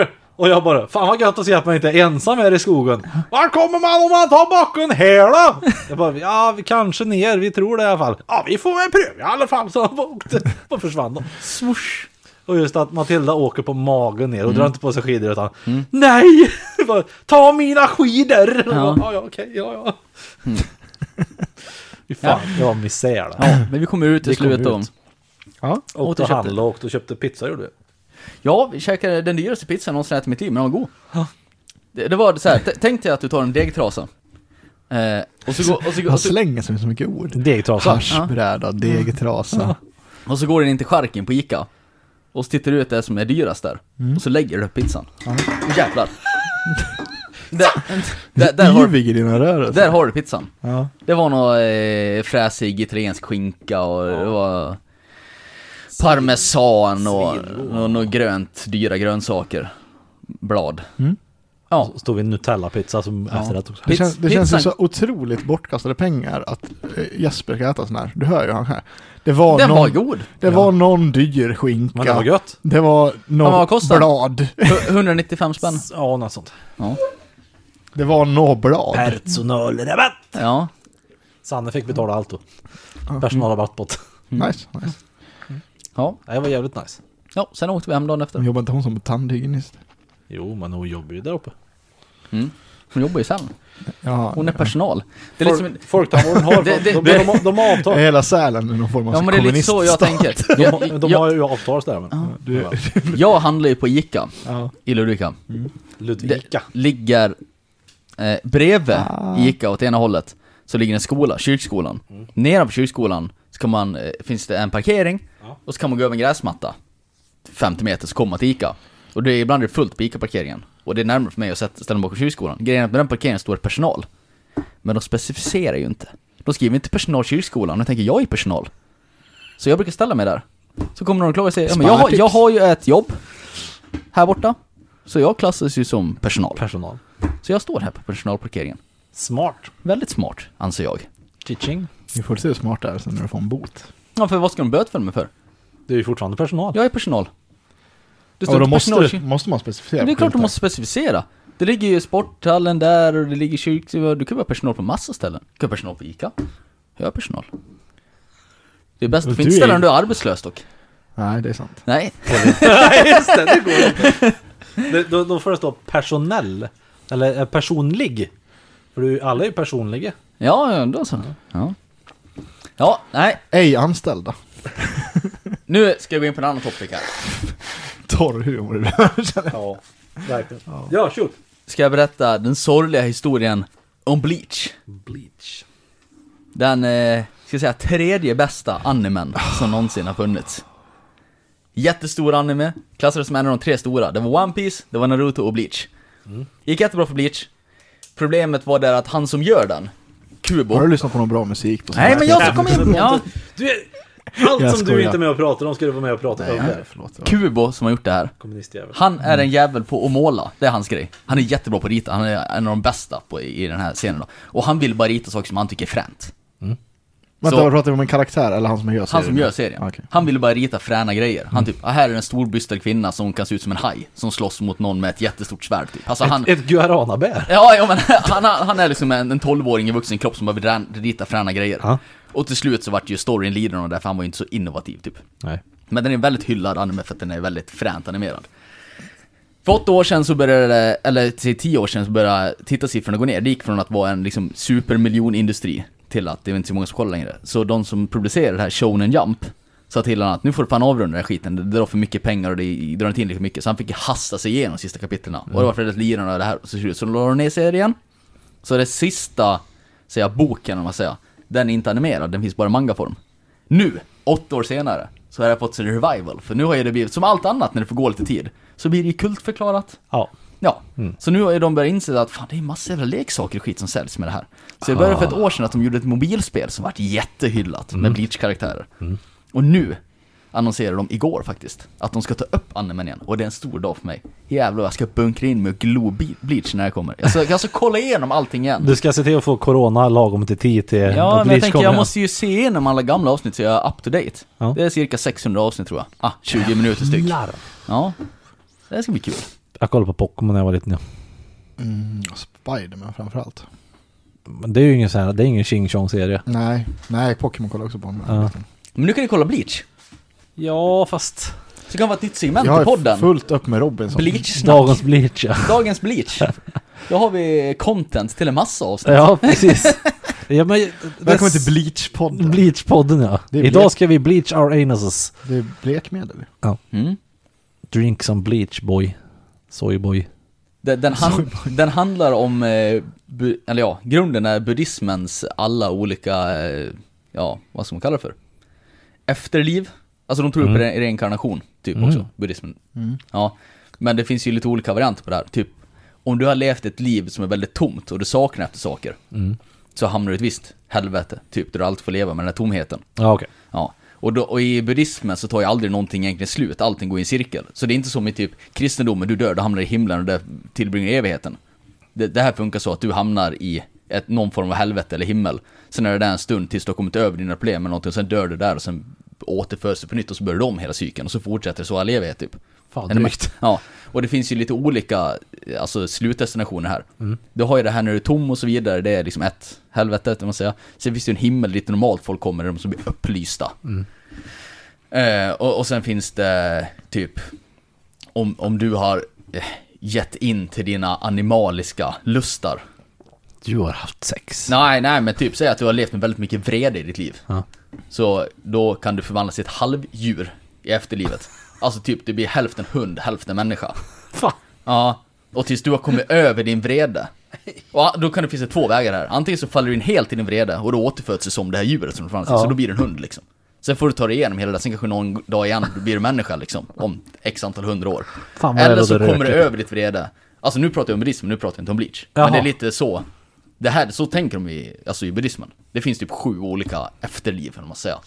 Eh, Och jag bara, fan vad gött att se att man inte är ensam här i skogen. Var kommer man om man tar backen här då? Jag bara, ja vi kanske ner, vi tror det i alla fall. Ja vi får väl pröva i alla fall. Så han bara åkte, *laughs* och försvann de. Swoosh. Mm. Och just att Matilda åker på magen ner och drar inte på sig skidor utan Nej! *laughs* Bara, Ta mina skidor! Ja, Mm.
Ja.
bara, ja, ja okej, ja, ja. *laughs* Fy fan, det var misär det.
Ja, men vi kommer ut till
Vi kom
slut då.
ut.
Ja.
Åkte och
återköpte.
handlade och åkte och köpte pizza gjorde vi.
Ja, vi käkade den dyraste pizzan jag någonsin ätit i mitt liv, men den var god. Det, det var så här, t- tänk dig att du tar en degtrasa. Eh, och, så går, och, så, går-
Han
och, så,
slänger sig med så mycket ord.
Degtrasa.
Haschbräda, degtrasa.
och så går den in till charken på Ica. Och så tittar du ut det som är dyrast där. Och så lägger du upp pizzan. Och jävlar. där, där, där, har,
Yvig i dina rörelser.
där har du pizzan.
Ja.
Det var någon eh, fräsig italiensk skinka och det var parmesan och något något grönt, dyra grönsaker. Blad. Ja.
Så stod vi Nutella-pizza som efterrätt också.
Det, känns, det känns ju
pizzan-
så otroligt bortkastade pengar att eh, Jesper ska äta sån här. Du hör ju han här. Det var
Den
någon,
var god.
Det var någon dyr skinka.
Men det var gött.
Det var
Ja, men vad
något
kostar den?
blad.
Hu- 195 spänn.
Ja, något sånt.
Ja.
Det var något blad.
Personalrabatt!
ja.
Sanne fick betala allt då. Personalrabatt på
Nice,
Mm.
nice.
Ja.
Nej, det var jävligt nice.
ja, sen åkte vi hem dagen efter.
Men jobbar inte hon som tandhygienist?
Jo, men hon jobbar ju där uppe.
Mm. Hon jobbar ju sen.
Ja,
Hon är personal. Det är
Folk-
liksom,
Folktandvården har *laughs*
Det- det-
de, de, de, de har *laughs*
Är
avtal.
hela Sälen någon form av
ja men det är lite så jag
kommuniststat?
tänker.
*laughs* De, har-
Jag,
de
jag,
har ju avtal sådär. Men.
Du,
jag handlar ju på Ica
ja.
i Ludvika.
Ludvika.
ligger eh, bredvid Ica åt ena hållet, så ligger en skola, kyrkskolan. Nedanför kyrkskolan så kan man, eh, finns det en parkering,
Ja.
och så kan man gå över en gräsmatta 50 meter, så kommer man till Ica. Och det är ibland är det fullt på Ica-parkeringen. Och det är närmare för mig att sätta- ställa mig bakom kyrkskolan. Grejen är att med den parkeringen står det personal. Men de specificerar ju inte. De skriver inte personal kyrkskolan, jag tänker jag är personal. Så jag brukar ställa mig där. Så kommer någon och klagar och säger, ja, men jag, har- jag har ju ett jobb här borta. Så jag klassas ju som personal.
Personal.
Så jag står här på personalparkeringen.
Smart.
Väldigt smart, anser jag.
Teaching.
Vi får se hur smart det är sen när du får en bot.
Ja, för vad ska de bötfälla mig för?
Det är ju fortfarande *laughs* personal.
Jag är personal. Det
Ja, då
inte
måste,
personal-
måste man specificera.
Men det är klart de
skyltar.
måste specificera. Det ligger ju sporthallen där och det ligger kyrk... Du kan vara personal på massa ställen. Du kan vara personal på ICA. Jag är personal. Det är bäst att
Men
du inte
du är-
ställer om du är arbetslös dock.
Nej, det är sant.
Nej.
Nej, just det. Det går inte. Det, då, då får det stå personell. Eller eh, personlig. För du, alla är ju personliga.
Ja, ja, då så. Ja. Ja, nej.
Ej anställda. *laughs*
Nu ska jag gå in på en annan topic här.
Torr humor ibland.
Ja, verkligen. Ja, shoot.
Ska jag berätta den sorgliga historien om Bleach.
Bleach.
Den, eh, ska jag säga, tredje bästa animen som någonsin har funnits. Jättestor anime, klassades som en av de tre stora. Det var One Piece, det var Naruto och Bleach. Gick jättebra för Bleach. Problemet var där att han som gör den, Kubo...
Har du lyssnat på någon bra musik? På sån
Nej,
här?
men jag ska komma in!
*laughs*
Ja,
Du, är- allt
Jag
som du
skojar.
inte är med och pratar om ska du vara med och prata om.
Nej,
där.
förlåt.
Kubo som har gjort det här.
Kommunistjävel.
Han är en jävel på att måla, det är hans grej. Han är jättebra på att rita, han är en av de bästa på, i den här scenen då. Och han vill bara rita saker som han tycker är fränt.
Vänta,
Så-
vad pratar vi om en karaktär eller han som gör serien?
Han som gör serien.
Okej.
Han ville bara rita fräna grejer. Han typ, ah, här är en storbystad kvinna som kan se ut som en haj, som slåss mot någon med ett jättestort svärd typ. Alltså han...
Ett guaranabär.
Ja, ja men *laughs* han, han är liksom en en 12-åring i vuxen kropp som bara vill rän- rita fräna grejer.
Ja.
Och till slut så vart ju storyn lidande av det, för han var ju inte så innovativ typ.
Nej.
Men den är en väldigt hyllad anime för att den är väldigt fränt animerad. För åtta år sedan så började det, eller till tio år sedan så började tittarsiffrorna gå ner. Det gick från att vara en liksom supermiljonindustri till att det var inte så många som kollar längre. Så de som publicerade det här, Shonen Jump, sa till honom att nu får du fan avrunda den här skiten, det drar för mycket pengar och det drar inte in lika mycket. Så han fick ju hasta sig igenom de sista kapitlen. Och det var för att lirarna och det här, så, så la de ner serien. Så det sista, säga boken om man säger, den är inte animerad, den finns bara i mangaform. Nu, åtta år senare, så har det fått sin revival. För nu har ju det blivit, som allt annat när det får gå lite tid, så blir det ju kultförklarat.
Ja.
Ja, så nu har ju de börjat inse att fan det är massa jävla leksaker och skit som säljs med det här. Så det började för ett år sedan att de gjorde ett mobilspel som vart jättehyllat med Bleach-karaktärer. Och nu annonserade de igår faktiskt att de ska ta upp animen igen och det är en stor dag för mig. Jävlar jag ska bunkra in mig och glo Be- Bleach när jag kommer. Jag ska, jag ska kolla igenom allting igen.
Du ska se till att få corona lagom till 10 till
Ja,
när
men jag
Bleach
tänker
kommer
jag
igen.
måste ju se igenom alla gamla avsnitt så jag är up to date.
Ja.
Det är cirka 600 avsnitt tror jag. Ah, 20 minuter styck.
Larv.
Ja. Det här ska bli kul.
Jag kollade på Pokémon när jag var liten. Ja.
Och Spiderman framförallt.
Men det är ju ingen sån här, det är ingen Ching Chong serie.
Nej, nej Pokémon kollar jag också på honom.
Ja.
Men nu kan ni kolla Bleach.
Ja, fast...
Så kan vara ett nytt segment
Jag
i podden.
har fullt upp med Robinson.
Bleach-snack.
Dagens Bleach ja.
Dagens
*laughs*
Bleach. Då har vi content till en massa avsnitt.
Ja, precis. Ja, men,
Välkommen till Bleach-podden.
Bleach-podden ja.
Det är
Idag
Bleach.
ska vi bleach our anuses.
det är blekmedel.
Mm.
Drink some bleach boy. Soy boy.
Den, den, han, den handlar om, eh, bu, eller ja, grunden är buddhismens alla olika, eh, ja, vad ska man kalla det för? Efterliv. Alltså de tror ju på re- reinkarnation, typ också, buddhismen. Ja. Men det finns ju lite olika varianter på det här. Typ, om du har levt ett liv som är väldigt tomt och du saknar efter saker, så hamnar du i ett visst helvete, typ, där du alltid får leva med den här tomheten.
Ja, okej.
Ja. Och, då, och i buddhismen så tar ju aldrig någonting egentligen slut, allting går i en cirkel. Så det är inte som i typ kristendomen, du dör, du hamnar i himlen och där tillbringar du evigheten. Det, det här funkar så att du hamnar i ett, någon form av helvete eller himmel. Sen är det där en stund tills du har kommit över dina problem eller någonting, och sen dör du där och sen återföds du på nytt och så börjar du om hela cykeln och så fortsätter det så all evighet typ.
Fan,
Är det med?
drygt.
Ja, och det finns ju lite olika eh, alltså, slutdestinationer här. Du har ju det här när du är tom och så vidare, det är liksom ett helvete, kan man säga. Sen finns det ju en himmel dit normalt folk kommer, de som blir upplysta. Eh, och, och sen finns det typ, om, om du har eh, gett in till dina animaliska lustar.
Du har haft sex.
Nej, nej, men typ säg att du har levt med väldigt mycket vrede i ditt liv.
Ja.
Så då kan du förvandlas till ett halvdjur i efterlivet. Alltså typ, du blir hälften hund, hälften människa.
Fan.
Ja, och tills du har
*laughs*
kommit över din vrede. Och då kan det finnas två vägar här. Antingen så faller du in helt i din vrede och då återföds du som det här djuret som du fanns i,
Ja.
så då blir du en hund liksom. Sen får du ta dig igenom hela det, sen kanske någon dag igen då blir du människa liksom, om x antal hundra år.
Fan, vad det
Eller så
låter
kommer du
rökigt.
över ditt vrede. Alltså nu pratar jag om buddhism, nu pratar jag inte om bleach.
Jaha.
Men det är lite så, det här, så tänker de i, alltså i buddhismen. Det finns typ sju olika efterliv, eller vad man säger.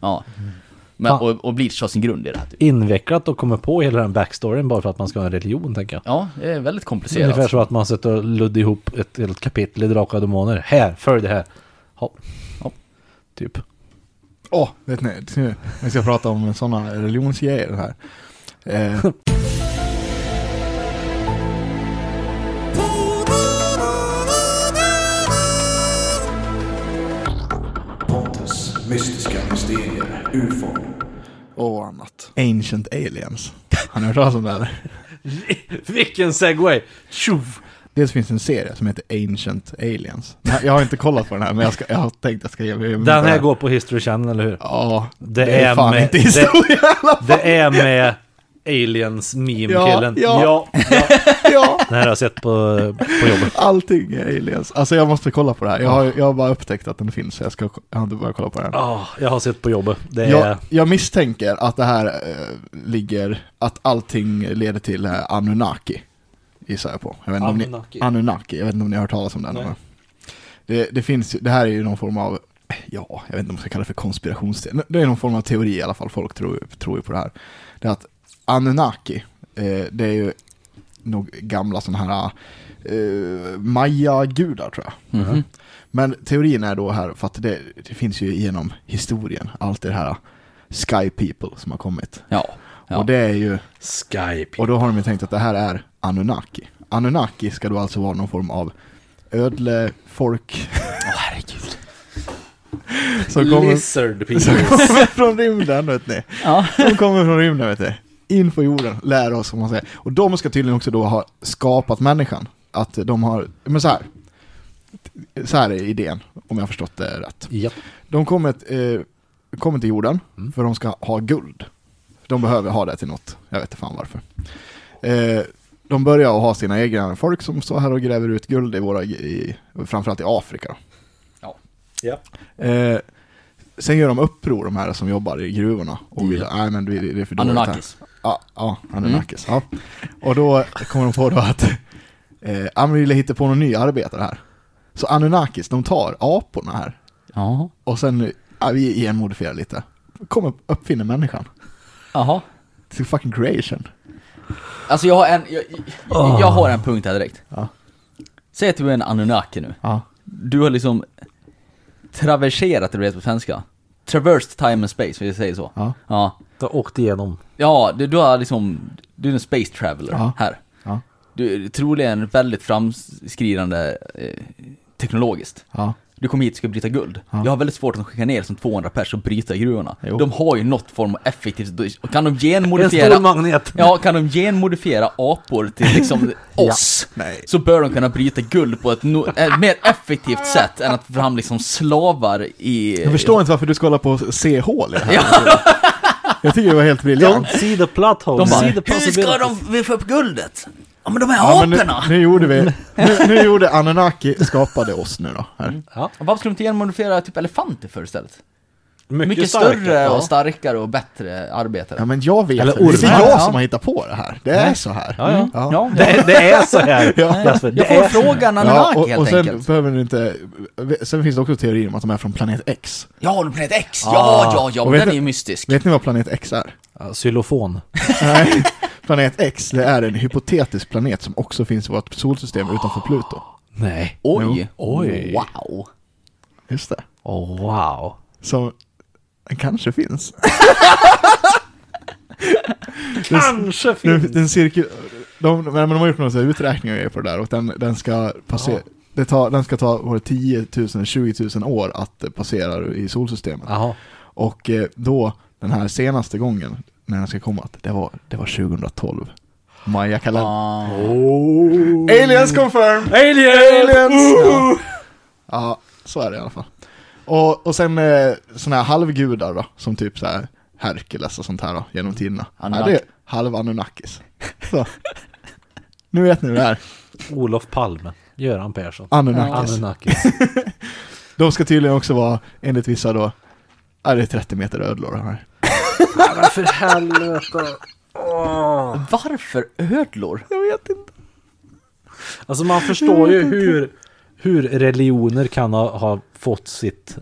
Ja. Men,
Fan.
och, och bleach har sin grund i det här typ.
Invecklat och kommer på hela den backstoryn bara för att man ska ha en religion, tänker jag.
Ja, det är väldigt komplicerat.
Ungefär så att man sitter och luddar ihop ett helt kapitel i Drakar och Demoner. Här, följ det här. Ja.
Ja.
Typ.
Åh, vet ni, nu- vi ska prata om sådana religionsgrejer här. Eh,
Pontus mystiska mysterier, ufon,
och annat. Ancient aliens. Har ni hört talas om det här?
*laughs* Vilken segway! Tjuv!
Dels finns en serie som heter Ancient aliens. Nej, Jag har inte kollat på den här, men jag, ska, jag har tänkt att jag ska ge mig in på
Den här går på History Channel, eller hur?
Ja,
Det
det,
är
är fan
med-
inte
det-
historia i alla fall.
Det är med Aliens meme-killen.
Ja, ja.
ja.
Ja,
Den här har jag sett på, på jobbet.
allting är aliens. Alltså jag måste kolla på det här. Jag har, jag har bara upptäckt att den finns, så jag, ska, jag har inte börjat kolla på den.
Ja, jag har sett på jobbet. Det är...
Jag, jag misstänker att det här eh, ligger, att allting leder till eh, Anunnaki. Gissar jag på. Jag vet inte om ni,
Anunnaki.
Anunnaki, jag vet inte om ni har hört talas om den.
Nej.
men Det, det finns ju- det här är ju någon form av, ja, jag vet inte om man ska kalla det för konspirationsteori. Det är någon form av teori i alla fall, folk tror, tror ju på det här. Det är att Anunnaki, eh, det är ju nog gamla sådana här eh, maya-gudar tror jag.
Mhm.
Men teorin är då här, för att det, det finns ju genom historien, allt det här Sky People som har kommit.
Ja. ja.
Och det är ju,
Skype.
och då har de ju tänkt att det här är Anunnaki. Anunnaki ska då alltså vara någon form av ödlefolk
Åh, herregud.
*laughs* som kommer,
Lizard
som
people.
kommer från rymden vet ni.
Ja.
De kommer från rymden vet ni. In på jorden, lär oss som man säger. Och de ska tydligen också då ha skapat människan. Att de har, men så här. Så här är idén, om jag har förstått det rätt.
Japp.
De kommer, eh, kommer till jorden
Mm.
för de ska ha guld. De behöver ha det till något, jag vet inte fan varför. Eh, de börjar att ha sina egna folk som står här och gräver ut guld i våra, i, framförallt i Afrika. Då.
Ja.
Eh, sen gör de uppror de här som jobbar i gruvorna och vill,
Ja.
nej men det det är för dåligt här.
Anunnakis.
Ja, ja Anunnakis. Ja. Och då kommer de på då att eh, ja, men vi vill hitta på någon ny arbetare här. Så Anunnakis, de tar aporna här
Ja.
och sen, ja, vi genmodifierar lite. Kommer uppfinner människan.
Jaha.
Till fucking creation.
Alltså jag har en, jag, jag, jag har en punkt här direkt.
Ah. Ja.
Säg att du är en Anunnaki nu.
Ja.
Du har liksom traverserat, det heter på svenska. Traversed time and space, vi säger så.
Ja.
Ja,
Du har åkt igenom.
ja du, du har liksom, du är en space traveler
Ja.
här.
Ja.
Du är troligen väldigt framskridande eh, teknologiskt.
Ja.
Du kommer hit och ska bryta guld.
Ja.
Jag har väldigt svårt att skicka ner som 200 pers och bryta i gruvorna.
Jo.
De har ju något form av effektivt, och kan de
En
genmodifiera
stor magnet.
*laughs* Ja, kan de genmodifiera apor till liksom oss,
Nej.
så bör de kunna bryta guld på ett no- eh, mer effektivt sätt än att få fram liksom slavar i...
Jag förstår inte varför du ska hålla på och se hål *laughs* i det här.
*laughs* Ja,
Jag tycker det var helt
Don't
briljant.
see the plot hole.
de bara,
see the
hur ska
possibility."
de få upp guldet? Ja men de här
Ja, men nu,
aporna!
nu gjorde vi, nu, nu gjorde Anunnaki, skapade oss nu då. Här.
Ja.
Varför skulle de inte genmodifiera typ elefanter för istället?
Mycket,
Mycket
starkare.
större
Ja.
och starkare och bättre arbetare.
Ja men jag vet
Eller
det. Det är inte
ormar.
jag
Ja.
som har hittat på det här. Det är så här.
Ja, ja.
Ja.
Ja,
Det, är- det är
*laughs*
så här.
Ja.
Jasper, det
jag får
är...
frågan
Ja,
Anunnaki
och, och
helt
sen
enkelt.
behöver du inte, sen finns det också teorier om att de är från planet X.
Ja, de planet X! Ja, ja, ja,
Ah. Och vet
den är
ni-
ju mystisk.
Vet ni vad planet X är?
Ja, Xylofon.
Nej, *laughs* planet X, det är en hypotetisk planet som också finns i vårt solsystem utanför Pluto.
Nej.
Oj!
Oj.
Wow!
Just det.
Oh, wow.
Som den kanske finns.
Kanske
Nu,
finns.
den cirkel, de, men de har gjort några så här uträkningar och grejer på det där och den, den ska passera, det tar, den ska ta var det 10 000, 20 000 år att eh, passera i solsystemet.
Jaha.
Och eh, då, den här senaste gången, när den ska komma, det var, det var 2012. Maya-kalendern.
Ah. Oh.
Aliens confirm!
Alien!
Ja. ja, så är det i alla fall. Och, och sen eh, såna här halvgudar då, som typ så här Herkules och sånt här då, genom tiderna. Ja,
Anunnaki.
det är halv Anunnakis. Så. Nu vet ni hur det är.
Olof Palme. Göran Persson.
Anunnakis.
Anunnakis.
De ska tydligen också vara, enligt vissa då, ja det är 30 meter ödlor här.
Men för helvete.
Varför ödlor?
Jag vet inte.
Alltså man förstår ju hur, hur religioner kan ha, ha fått sitt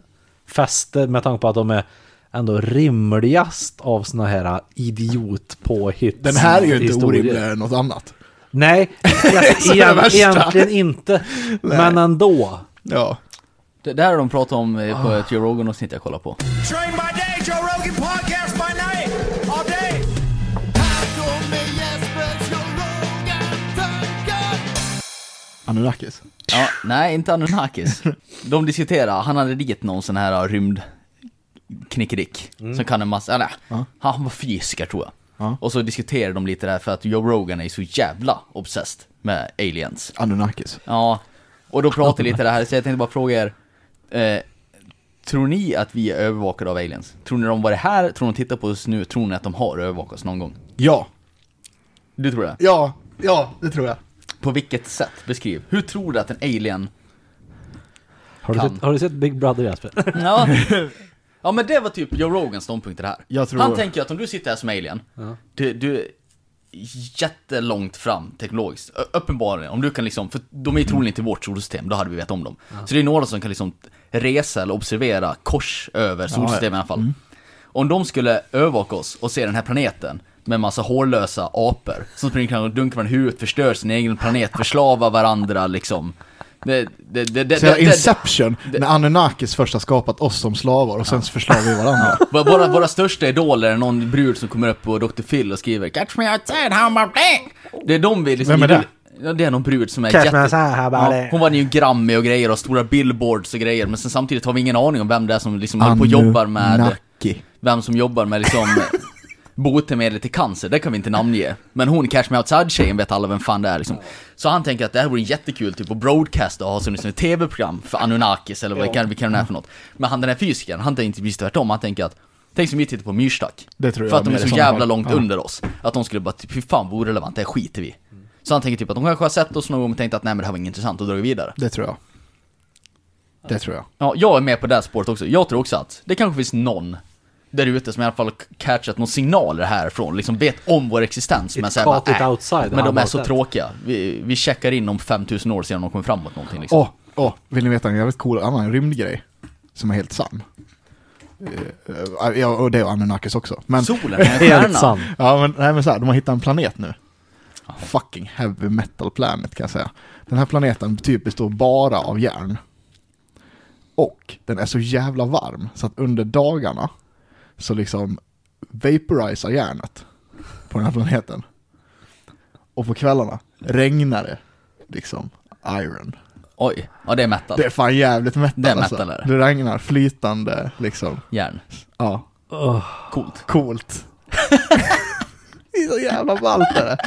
fäste med tanke på att de är ändå rimligast av såna här idiotpåhitt.
Den här är ju inte
historier.
orimligare än något annat.
Nej, alltså,
det
egent-
värsta.
egentligen inte. Men ändå.
Ja.
Det där har de pratat om eh, på ett Joe Rogan-avsnitt jag kollar på.
Train by day, Joe Rogan podcast by night, all day.
Anunnakis.
Ja, nej, inte Anunnakis. De diskuterar, han hade dit någon sån här eh, rymd knickedick som kan en massa, eller, han var fysiker tror jag.
Ja.
Och så diskuterade de lite där för att Joe Rogan är ju så jävla obsessed med aliens.
Anunnakis.
Ja, och då pratade vi lite det här, så jag tänkte bara fråga er. Eh, tror ni att vi är övervakade av aliens? Tror ni de var det här? Tror ni de tittar på oss nu? Tror ni att de har övervakat oss någon gång?
Ja.
Du tror det?
Ja. Ja, det tror jag.
På vilket sätt? Beskriv. Hur tror du att en alien...
Har du,
Kan.
sett, har du sett Big Brother *laughs* Jesper?
Ja. *laughs* ja men det var typ Joe Rogans ståndpunkt i det här.
Jag tror-
Han tänker att om du sitter här som alien, du, du är jättelångt fram teknologiskt. Ö- Uppenbarligen, om du kan liksom, för de är ju troligen inte i vårt solsystem, då hade vi vetat om dem. Så det är några som kan liksom resa eller observera kors över solsystemet i alla fall.
Mm.
Om de skulle övervaka oss och se den här planeten med massa hårlösa apor som springer omkring och dunkar med huvudet, förstör sin egen planet, förslavar varandra liksom. Det, det, det, det,
Så jag
det- det,
Inception, när Anunnakis först har skapat oss som slavar och sen förslavar vi
*laughs*
varandra.
Våra, våra, våra största idoler är någon brud som kommer upp på Dr. Phil och skriver Catch me outside, how about that? Det är de vi liksom...
Vem är det?
Ja, det är någon brud som är
Catch me outside, how about
ja,
that?
Hon vann ju Grammy och grejer och stora billboards och grejer Men sen samtidigt har vi ingen aning om vem det är som liksom håller på och jobbar med...
Anunnaki.
Vem som jobbar med liksom... botemedel till cancer, det kan vi inte namnge. Men hon, Catch Me Outside-tjejen, vet alla vem fan det är liksom. Så han tänker att det här vore jättekul typ att broadcasta och ha som liksom, ett tv-program för Anunnakis eller vad kan, kan det är för något. Men han den här fysikern, han tänker precis tvärtom, han tänker att Tänk som vi tittar på myrstack.
Det tror jag
för att de
med
är så
i sådana
jävla
fall.
långt
Ja.
under oss. Att de skulle bara typ, fy fan vad orelevant, det här skiter vi i." Så han tänker typ att de kanske har sett oss någon gång och tänkt att nej men det här var inget intressant, och drar vi vidare.
Det tror jag. Det tror jag.
Ja, jag är med på det här spåret också. Jag tror också att det kanske finns någon där ute som i alla fall har catchat någon signaler härifrån, liksom vet om vår existens. men
It
säger bara,
caught it
"Äh,
outside",
Men de
han
är
bara,
så
"That."
tråkiga. Vi, vi checkar in om 5000 år sedan de kommer framåt någonting liksom.
Åh, åh, vill ni veta en jävligt cool annan rymdgrej? Som är helt sann. Eh, eh, Ja, och det är Anunnakis också. Men,
Solen är en
Helt
stjärna. *laughs*
sann.
*laughs* ja, men, nej, men så här, de har hittat en planet nu. Fucking heavy metal planet kan jag säga. Den här planeten typ består bara av järn. Och den är så jävla varm så att under dagarna så liksom vaporizar järnet på den här planeten. Och på kvällarna regnar det liksom iron.
Oj, ja det är metal.
Det är fan jävligt metal
Det är
alltså.
metal, är det.
Det regnar flytande liksom.
Järn.
Ja,
Coolt.
coolt. *laughs* det är så jävla ballt är det.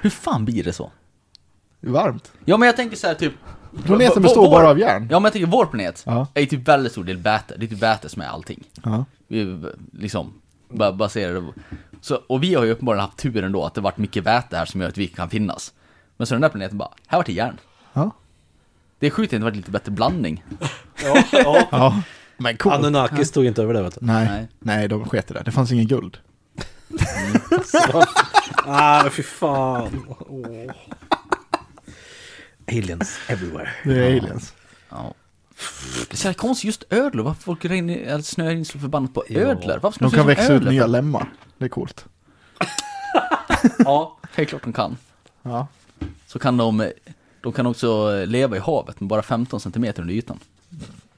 Hur fan blir det så?
Det är varmt.
Ja men jag tänker så här typ...
Planeten
vår-
består
vår-
bara av järn.
Ja men jag tänker vår planet
Ja.
är ju typ väldigt stor del väte. Det är typ väte som är allting.
Ja.
Vi är ju liksom ba- baserade på... Så, och vi har ju uppenbarligen haft turen då att det varit mycket väte här som gör att vi kan finnas. Men så den där planeten bara, här vart det järn.
Ja.
Det är sjukt att det inte varit lite bättre blandning.
Ja, ja.
ja.
*laughs*
Men coolt.
Anunnakis tog inte över det vet du.
Nej.
Nej.
Nej. de sket i det. Det fanns ingen guld.
Ah, fy fan. Aliens everywhere.
Det är aliens.
Ja. Det är så här konstigt, just ödlor. Varför folk regnar, eller snöar in så förbannat på
Ja.
ödlor? Varför ska
De
se ut
kan
som
växa ut
ödlor?
nya lemmar. Det är coolt.
Ja.
Det är klart de kan.
Ja.
Så kan de, de kan också leva i havet med bara 15 centimeter under ytan.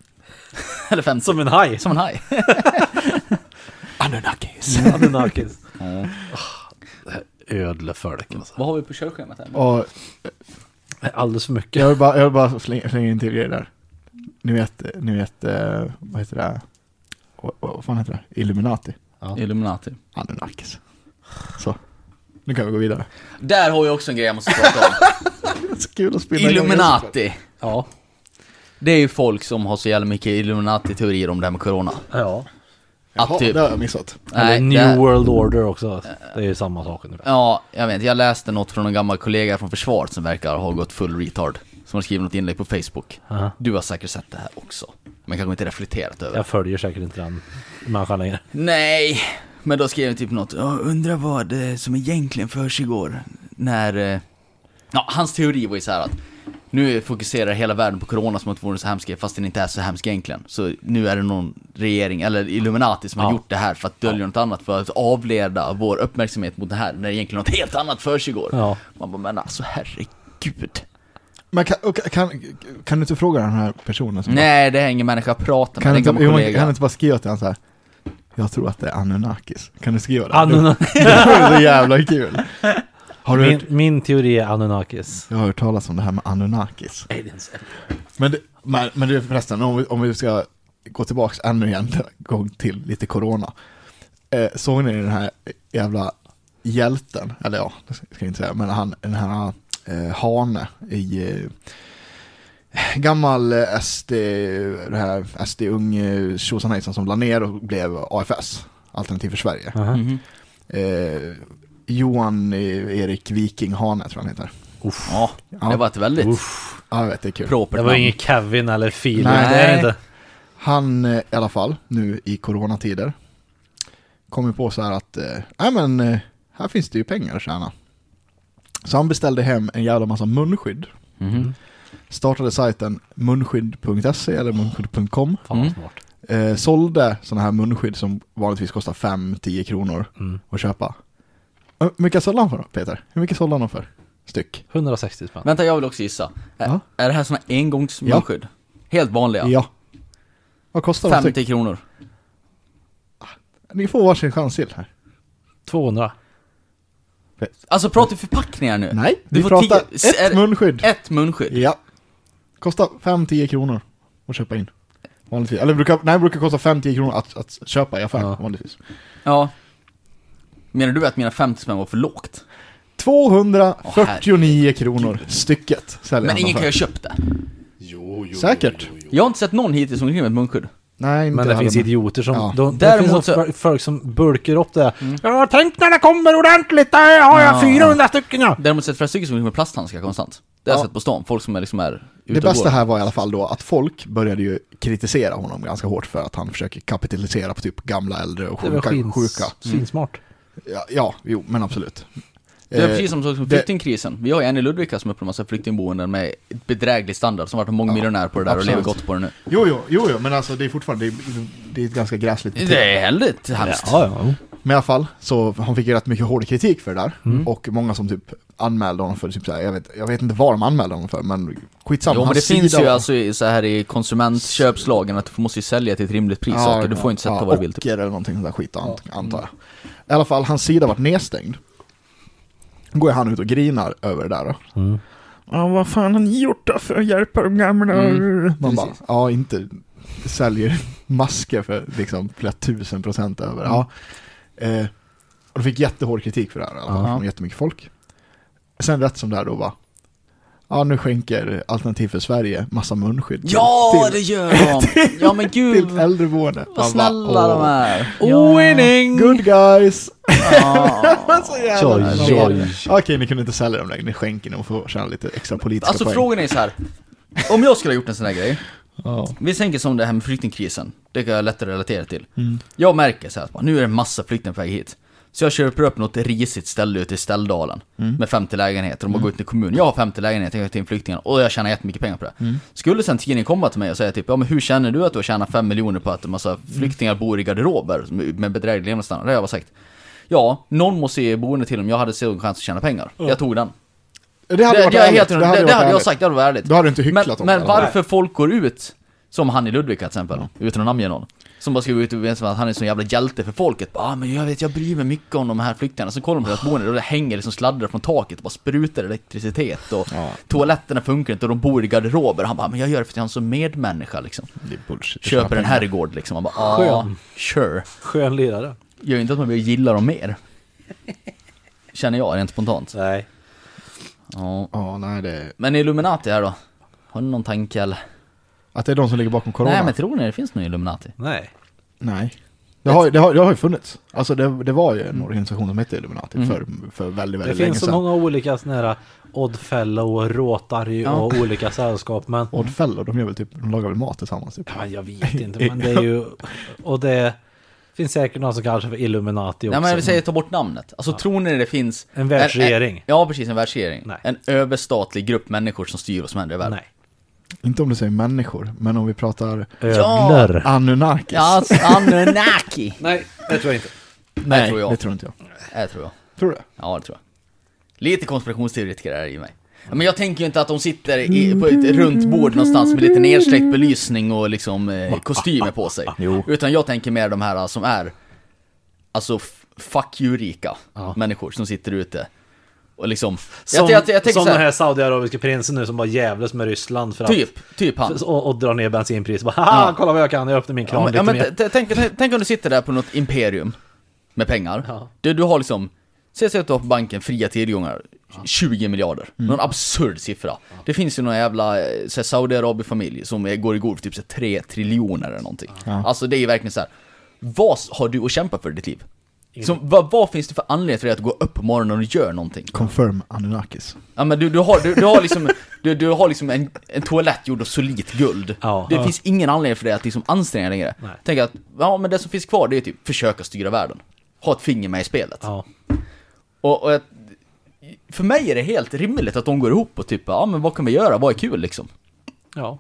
*laughs* Eller 50.
Som en haj.
Som en haj.
*laughs* Anunnakis. Ödle folk alltså.
Vad har vi på körschemat här?
Och
Alldeles för mycket.
jag vill bara, jag vill bara slänga, slänga in till grejer där. Ni vet, ni vet, eh, vad heter det? Vad, vad fan heter det? Illuminati.
Illuminati.
Han är narkis. Så. Nu kan vi gå vidare.
Där har vi också en grej jag måste prata om.
Så kul att spinna igång det
Illuminati.
Ja.
Det är ju folk som har så jävla mycket Illuminati-teorier om det här med Corona.
ja.
såklart.
Att
Jaha,
typ,
det har jag missat.
nej,
Eller New
det-
World Order också. Det är ju samma sak ungefär.
Ja, jag vet. Jag läste något från en gammal kollega från försvaret som verkar ha gått full retard. Som har skrivit något inlägg på Facebook.
Aha.
Du har säkert sett det här också. Men kanske inte reflekterat över det.
Jag följer säkert inte den människan längre.
Nej, men då skrev jag typ något. Jag undrar vad det som egentligen försiggår när... eh, Ja, hans teori var ju så här att nu fokuserar hela världen på corona som att det vore så hemskt fast den inte är så hemsk egentligen. Så nu är det någon regering, eller Illuminati, som har
Ja.
gjort det här för att dölja något annat, för att avleda vår uppmärksamhet mot det här när egentligen något helt annat försiggår.
Ja.
Man bara, men alltså herregud.
Men kan, och kan, kan du inte fråga den här personen? Som
Nej, det är ingen människa jag pratar med.
Kan
det
du
är
inte,
en
jo,
gammal
men kan du
kollega.
inte bara skriva till honom så här? Jag tror att det är Anunnakis. Kan du skriva det?
Anuna
Det är så jävla kul. Har du
min,
hört,
min teori är Anunnakis.
jag har hört talas om det här med Anunnakis.
Aliens.
Men, det- men, men du förresten, om vi, om vi ska gå tillbaks ännu en gång till lite corona. Eh, såg ni den här jävla hjälten, eller ja, det ska jag inte säga, men han, den här eh, hane i eh, gammal eh, SD, det här SD-ung eh, tjosanhejsan som la ner och blev AFS, Alternativ för Sverige.
Aha.
Mhm.
Eh, Johan eh, Erik Viking Hane tror jag han heter.
Ja, det var ett väldigt
Ja, jag vet, det är kul.
propert
Det var
namn.
ingen Kevin eller Filip.
Nej.
Det är det inte.
Han eh, i alla fall, nu i coronatider, kom ju på så här att, eh, nej men eh, här finns det ju pengar att tjäna. Så han beställde hem en jävla massa munskydd,
Mhm.
startade sajten munskydd.se eller munskydd.com,
Fan vad
Mm.
smart.
eh, sålde sådana här munskydd som vanligtvis kostar 5-10 kronor
Mm.
att köpa. Eh, Hur mycket sålde han för då, Peter? Hur mycket sålde han dem för? Styck?
160 spänn.
Vänta, jag vill också gissa. Ä-
Ja.
Är det här såna engångsmunskydd? Helt vanliga?
Vad kostar de?
50
styck?
kronor?
Ni får varsin chans till här.
200.
Alltså pratar vi förpackningar nu?
Nej,
Du
vi
får
pratar
tio- s- är
ett
det-
munskydd.
Ett munskydd?
Ja. Kostar 5-10 kronor att köpa in. Vanligtvis. Eller brukar, nej, brukar kosta 5-10 kronor att, att köpa i affären
Ja.
vanligtvis.
Ja. Menar du att mina 50 spänn var för lågt?
249 kronor stycket säljer
Men
han
ingen kan
dem
ju ha
för.
köpt det.
Säkert.
Jag har inte sett någon hittills som skriver ett munskydd.
Nej, inte
Men det
heller.
finns idioter som...
Ja.
De, det
Däremot
finns
så- Mm.
så... folk som bulkar upp det. Ja, tänk när det kommer ordentligt, där har jag
Ja.
400 stycken ja.
Däremot sett flera stycken som skriver med plasthandskar konstant. Det har jag
Ja.
sett på stan, folk som är liksom är ute
Det
och
bästa
går.
här var i alla fall då att folk började ju kritisera honom ganska hårt för att han försöker kapitalisera på typ gamla, äldre och
Det var
sjuka.
skins,
sjuka. Mm.
svinsmart.
Ja, ja, jo, men absolut.
Det är
Eh,
precis som saker som
det-
flyktingkrisen. Vi har ju en i Ludvika som öppnar massa flyktingboenden med bedräglig standard, som varit en mångmiljonär på det där och
absolut.
lever gott på det nu.
Jo, jo, jo, jo, men alltså det är fortfarande, det är, det är ett ganska gräsligt beteende.
Det är väldigt hemskt.
Ja, ja.
Men i alla fall, så han fick ju rätt mycket hård kritik för det där.
Mm.
Och många som typ anmälde honom för, typ så här, jag, vet, jag vet inte vad de anmälde honom för, men skitsamma.
Jo men det
Hans
finns
sida
ju
var-
alltså i- så här i konsumentköpslagen att du måste ju sälja till ett rimligt pris saker, du får inte sätta
ja,
vad du vill
ocker
typ.
eller någonting sånt där skit ant- antar jag. I alla fall, hans sida varit nedstängd. Då går han ut och grinar över det där då.
Mm.
Ja, vad fan har ni gjort då för att hjälpa de gamla?
Mm.
Man bara, ja inte säljer masker för liksom flera tusen procent över.
Mm.
Ja. Eh, och de fick jättehård kritik för det här i alla fall,
Ja.
från jättemycket folk. Sen rätt som det är då bara, ja nu skänker Alternativ för Sverige massa munskydd till-
Ja
till,
det
*laughs*
gör de! Ja men gud,
till äldreboende. Man bara,
Mm. vad snälla de
åh.
är!
Winning!
Good guys! *laughs*
Ja.
Så
Oj,
jävla
oj,
bra.
oj.
Okej, ni kunde inte sälja dem längre, ni skänker dem för att tjäna lite extra politiska
Alltså
poäng.
frågan är så här. om jag skulle ha gjort en sån här grej,
Ja.
vi tänker som det här med flyktingkrisen, det kan jag lättare relatera till.
Mm.
Jag märker så här, att bara, nu är det en massa flyktingar på väg hit. Så jag köper upp något risigt ställe ute i Ställdalen
Mm.
med 50 lägenheter, de har gått ut i kommunen. Jag har 50 lägenheter, jag har till flyktingar och jag tjänar jättemycket pengar på det.
Mm.
Skulle sen tidningen komma till mig och säga typ, ja men hur känner du att du har tjänat 5 miljoner på att en
Mm.
massa flyktingar bor i garderober med bedräglig levnadsstandard? Det har jag bara sagt. Ja, någon måste ge boende till dem, jag hade så en chans att tjäna pengar. Jag tog den.
Det hade
Det,
varit
det, är
ärligt,
helt, det, det,
varit
hade jag
ärligt.
sagt, det hade varit ärligt.
Då hade du inte
Men,
hycklat om
men
det. Mm.
varför folk går ut, som han i Ludvika till exempel, utan att namnge någon. Som bara ska gå ut och visa att han är en sån jävla hjälte för folket. Bara, ah, men jag vet, jag bryr mig mycket om de här flyktingarna. Så kollar de på
Ah.
deras boende och det hänger liksom sladdar från taket och bara sprutar elektricitet och toaletterna funkar inte och de bor i garderober. Han bara, "Ah, men jag gör det för att jag är en sån medmänniska liksom.
Det är bullshit.
Köper en herrgård liksom. Han bara, ah, sure.
Skön lirare.
Gör ju inte att man börjar gilla dem mer. Känner jag rent spontant.
Nej.
Ja.
Ja, nej det är...
Men Illuminati här då? Har ni någon tanke eller?
Att det är de som ligger bakom corona?
Nej men typ- tror ni det finns någon Illuminati?
Nej.
Nej. Det har, det, har, det har ju funnits. Alltså det, det var ju
Mm.
en organisation som hette Illuminati för, för väldigt,
Det
väldigt länge
finns så
sedan.
många olika sådana här Oddfellow och Rotary och olika sällskap. Men,
Oddfellow, de gör väl typ, de lagar väl mat tillsammans typ.
men jag vet inte. Men det
*laughs*
är ju... Och det finns säkert någon som kallar sig för Illuminati också.
Nej men vi säger ta bort namnet. Alltså tror ni det finns...
En världsregering.
en- ja precis, en världsregering.
Nej.
En överstatlig grupp människor som styr vad som händer i världen.
Nej.
Inte om du säger människor, men om vi pratar
Ödlor.
Anunnakis.
Ja, alltså, Anunnaki!
Nej, det tror jag inte.
Nej, tror jag.
det tror inte jag.
Det tror jag.
Tror du?
Ja, det tror jag. Lite konspirationsteoretiker är det i mig. Ja, Men jag tänker ju inte att de sitter i, på ett runt bord någonstans med lite nedsläckt belysning och liksom eh, kostymer på sig. Utan jag tänker mer de här eh, som är, alltså f- fuck you-rika människor som sitter ute. Och liksom,
Som,
jag, jag, jag tänker
som
så
den
här,
här saudiarabiska prinsen nu som bara jävlas med Ryssland för att...
typ, typ han.
Och, och drar ner bensinpriset. Bara, Haha, kolla vad jag kan, jag öppnar min kran
Ja, men,
lite
ja, men
mer.
t- t- tänk, tänk- tänk om du sitter där på något imperium med pengar.
Ja.
Du, du har liksom, säg säg att du har på banken fria tillgångar, 20 miljarder.
Mm.
Någon absurd siffra. Det finns ju någon jävla eh, så här Saudiarabien-familj som är, går i god för typ så här 3 triljoner eller någonting. Alltså det är ju verkligen så här. vad s- har du att kämpa för i ditt liv? Som, vad, vad finns det för anledning för dig att gå upp på morgonen och göra någonting?
Confirm Anunnakis.
Ja men du, du, har, du, du har liksom, du, du har liksom en, en toalett gjord av solitt guld.
Ja.
det
Ja.
finns ingen anledning för dig att liksom anstränga dig längre.
Nej.
Tänk att, ja men det som finns kvar det är typ, försöka styra världen. Ha ett finger med i spelet.
Ja.
Och, och jag, för mig är det helt rimligt att de går ihop och typ, ja men vad kan vi göra, vad är kul liksom?
Ja.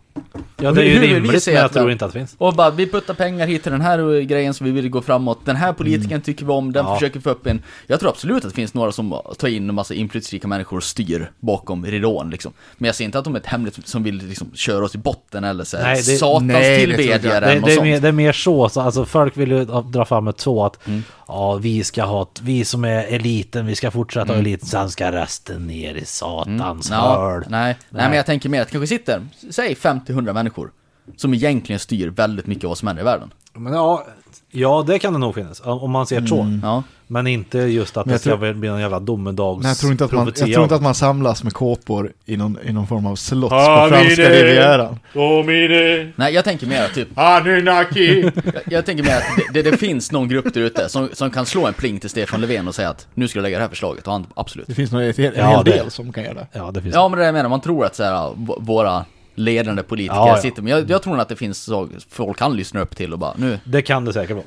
ja, det
Hur-
är ju
hur vill vi
rimligt
se
men jag
att-
tror inte att det finns.
Och bara, vi puttar pengar hit till den här eh, grejen som vi vill gå framåt, den här politikern tycker vi om, den
Mm. Ja.
försöker få upp en... Jag tror absolut att det finns några som tar in en massa inflytelserika människor och styr bakom ridån liksom. Men jag ser inte att de är ett hemligt som vill liksom köra oss i botten eller så här,
Nej, det-
satans
nej, det tror jag
tillbedjare
Det,
eller något
det, är
sånt.
mer, det är mer så, så alltså, folk vill ju dra fram ett så att
Mm.
ja, vi ska ha, ett- vi som är eliten, vi ska fortsätta ha eliten, sen ska resten ner i satans
Mm. Ja,
hörn.
nej, nej, men jag tänker mer att det kanske sitter, säg 50-100 människor som egentligen styr väldigt mycket av vad som händer i världen.
Men ja, ja, det kan det nog finnas, om om man ser så.
Mm. Ja.
Men inte just att
Men
det
jag
ska
tror-
väl bli någon jävla domedags
Nej, jag tror, inte att man, jag tror inte att man samlas med kåpor i någon, i någon form av slott
Ah,
på franska
vi det.
rivieran.
Domine,
Nej, jag tänker mer att typ,
Anunnaki.
jag, jag tänker mer att det, det, det finns någon grupp där ute som, som kan slå en pling till Stefan Löfven och säga att nu ska du lägga det här förslaget, och han absolut.
Det finns nog ett, en
Ja,
hel
det-
del som kan göra det.
Ja, det finns
Ja men det är det jag menar, man tror att så här, v- våra ledande politiker
Ja, ja.
sitter, men jag, jag tror nog att det finns så, folk kan lyssna upp till och bara, nu
det. kan det *laughs* säkert vara.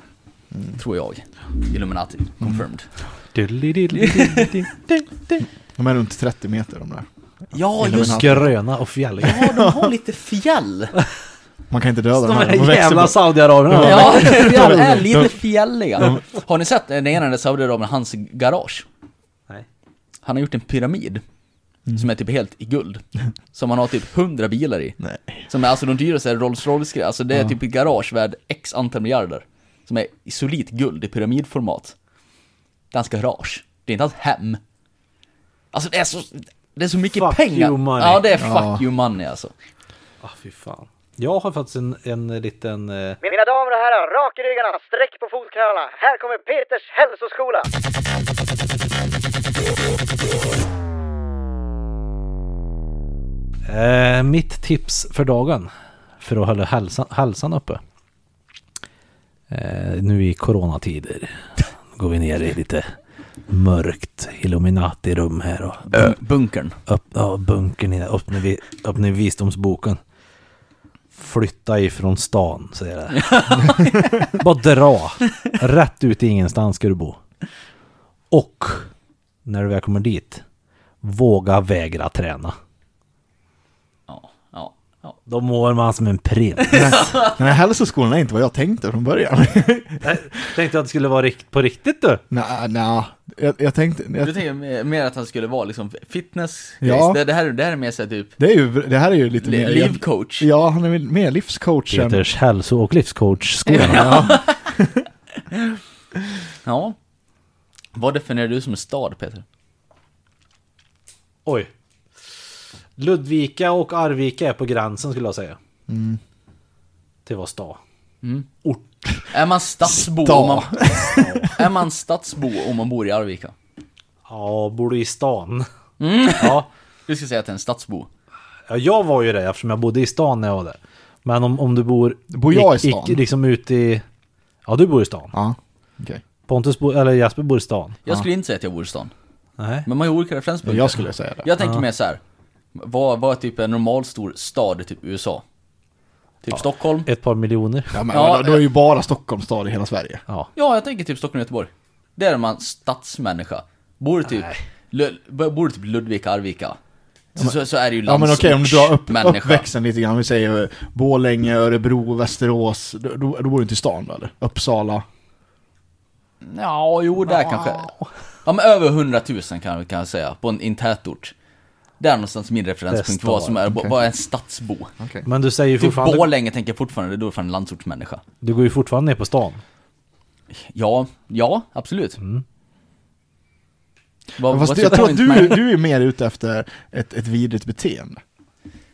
tror jag, Illuminati, confirmed.
De är runt 30 meter de där.
Ja just
Gröna och fjälliga.
ja, de har lite *laughs* fjäll!
Man kan inte döda
De
dem
här
här. De växer
jävla
på-
Saudiarabierna.
Ja, fjäll är lite fjälliga. Har ni sett den ena Saudiarabien, hans garage?
Nej.
Han har gjort en pyramid.
Mm.
Som är typ helt i guld. Som han har typ 100 bilar i.
Nej.
Som är alltså de dyraste Rolls Royce Alltså det är typ ett garage värd x antal miljarder. Som är i solitt guld i pyramidformat. Det är hans garage. Det är inte hans hem. Alltså det är så, det är så mycket
Fuck
pengar.
you money.
Ja det är fuck
Ja.
you money alltså.
Ah, fy fan. Jag har faktiskt en, en liten... Eh,
Mina damer och herrar, rak i ryggarna, sträck på fotknölarna. Här kommer Peters hälsoskola.
Eh, mitt tips för dagen för att hålla hälsan, hälsan uppe. Eh, nu i coronatider går vi ner i lite mörkt Illuminati-rum här och
Bun- Bunkern.
upp, ja, bunkern inne, upp när, vi, upp när visdomsboken. Flytta ifrån stan, säger *laughs* det. Bara dra. Rätt ut i ingenstans ska du bo. Och när du väl kommer dit, våga vägra träna.
Ja, ja.
Då mår man som en prins.
Den här hälsoskolan är inte vad jag tänkte från
*laughs*
början. *laughs*
Tänkte att det skulle vara rikt, på riktigt du.
Nej, nej. Jag, jag tänkte...
Du
Jag,
tänker mer- mer att han skulle vara liksom fitness
Ja.
det, det, här, det här är mer såhär typ
det, är ju, det här är ju lite
li-
mer...
livcoach.
Ja, han är väl mer livscoachen.
Peters hälso och livscoachskolan.
Ja. Vad definierar du som en stad Peter?
*laughs* Oj. Ludvika och Arvika är på gränsen skulle jag säga. Till vad stad?
Är man stadsbo
Stad.
om man, *laughs* Är man stadsbo om man bor i Arvika?
Ja, bor du i stan?
Mm.
*laughs* Ja.
Du ska säga att det är en stadsbo.
ja, jag var ju det eftersom jag bodde i stan när jag var där. Men om, om du bor...
Bor jag i stan?
liksom ute i... Ja, du bor i stan.
Ja, okej.
Pontus bor, eller Jasper bor i stan.
Jag skulle inte säga att jag bor i stan.
Nej.
Men man har ju olika referenspunkter.
Jag skulle säga det.
Jag tänker mer så här. Vad, vad är typ en normal stor stad i typ USA? Typ Stockholm?
Ett par miljoner.
Ja, men,
Ja,
då, då är ju bara Stockholms stad i hela Sverige.
Ja.
Ja, jag tänker typ Stockholm och Göteborg. Där är man stadsmänniska. Bor du typ, Lu- bor du typ Ludvika, Arvika? Så, så, så är det ju
Ja men okej, om du drar upp,
landsortsmänniska.
uppväxten lite grann, vi säger eh, Borlänge, Örebro, Västerås, då, då, då bor du inte i stan då eller? Uppsala?
Ja, jo där kanske. Ja men över 100 000 kan, kan jag säga, på en, i en tätort. Där någonstans min referenspunkt
Det är
vad
stad,
som är, vad är en stadsbo?
Men du säger ju
Typ
fortfarande...
Borlänge tänker jag fortfarande, då är det fan en landsortsmänniska.
Du går ju fortfarande ner på stan.
Ja, ja absolut. Vad-
Mm. Fast
what's
jag
the
tror
point,
att du,
man?
du är mer ute efter ett, ett vidrigt beteende.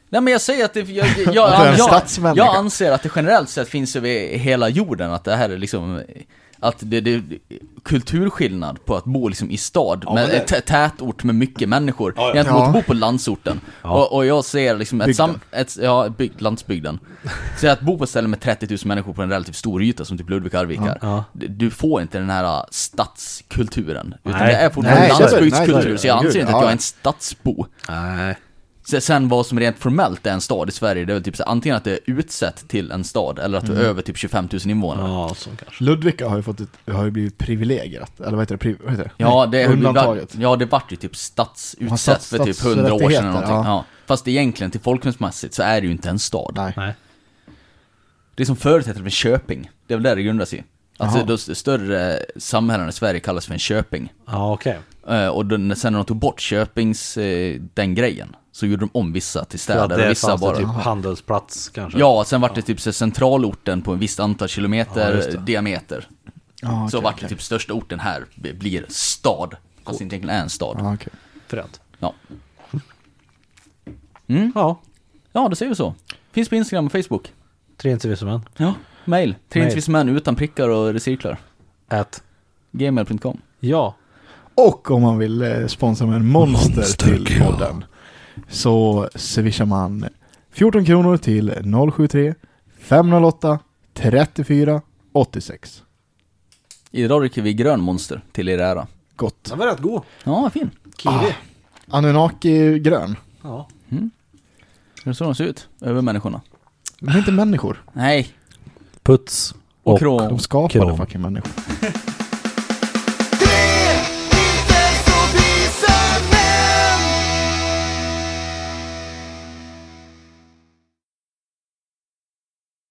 Nej men jag säger att det, jag,
*laughs*
jag,
Att det är
jag,
en
jag,
statsmänniska.
jag anser att det generellt sett finns över hela jorden att det här är liksom att det, det är kulturskillnad på att bo liksom i stad, med
men det-
tä- tätort med mycket människor, gentemot
Ja.
att bo på landsorten. Och, och jag ser liksom ett, sam, ett ja, bygd,
*laughs*
landsbygden. Så att bo på ett ställe med 30 000 människor på en relativt stor yta som typ Ludvika Arvika är,
Ja.
d- du får inte den här stadskulturen. Utan
Nej.
det är fortfarande
Nej, så är det. Nej, så är
landsbygdskultur,
det.
så jag anser
Gud,
inte att
ja.
jag är en stadsbo.
Nej.
Se- Sen vad som rent formellt är en stad i Sverige, det är väl typ så här, antingen att det är utsett till en stad eller att du är över typ 25 000 invånare.
Ja, så kanske.
Ludvika har ju, fått ett, har ju blivit privilegierat, eller vad heter det? Pri, vad heter det?
Ja, det,
Undantaget.
ja, det vart ju typ
Ja,
stadsutsett
stats-
för typ 100 år sedan eller
statsrättigheter,
någonting. Ja.
ja.
Fast egentligen till folkmängdsmässigt så är det ju inte en stad.
Nej.
Nej.
Det är som förut hette det för köping, det är väl där det grundar sig. Alltså
Jaha.
de st- större samhällen i Sverige kallas för en köping.
Ja, okej.
Eh, Och den, sen när de tog bort köpings, eh, den grejen, så gjorde de om vissa till
För att
städer och vissa
fanns det
bara.
typ handelsplats kanske.
Ja, sen vart det typ så här centralorten på en visst antal
Ja,
kilometer
just det.
diameter. så
Ja, Ah, okej,
vart det
okej.
typ största orten här b- blir stad. Fast inte egentligen är en stad.
Ja, Ah, okej.
Fränt.
Ja.
Ja.
ja, det ser vi så. Finns på Instagram och Facebook.
Tre intervjuer som en.
Ja, mail. Tredjedelsvismän utan prickar och cirklar.
Ett.
Gmail.com.
Ja.
Och om man vill eh, sponsra med en monster, till podden så swishar man 14 kronor till 073 508 34 86.
Idag dricker vi grön monster till er ära.
Gott.
Den var rätt god.
Ja, fin.
Kiwi.
Anunnaki grön.
Ja.
Det är så de ser ut, över människorna.
De är inte människor.
Nej.
Puts.
Och krom.
De skapade
Kron.
fucking människor.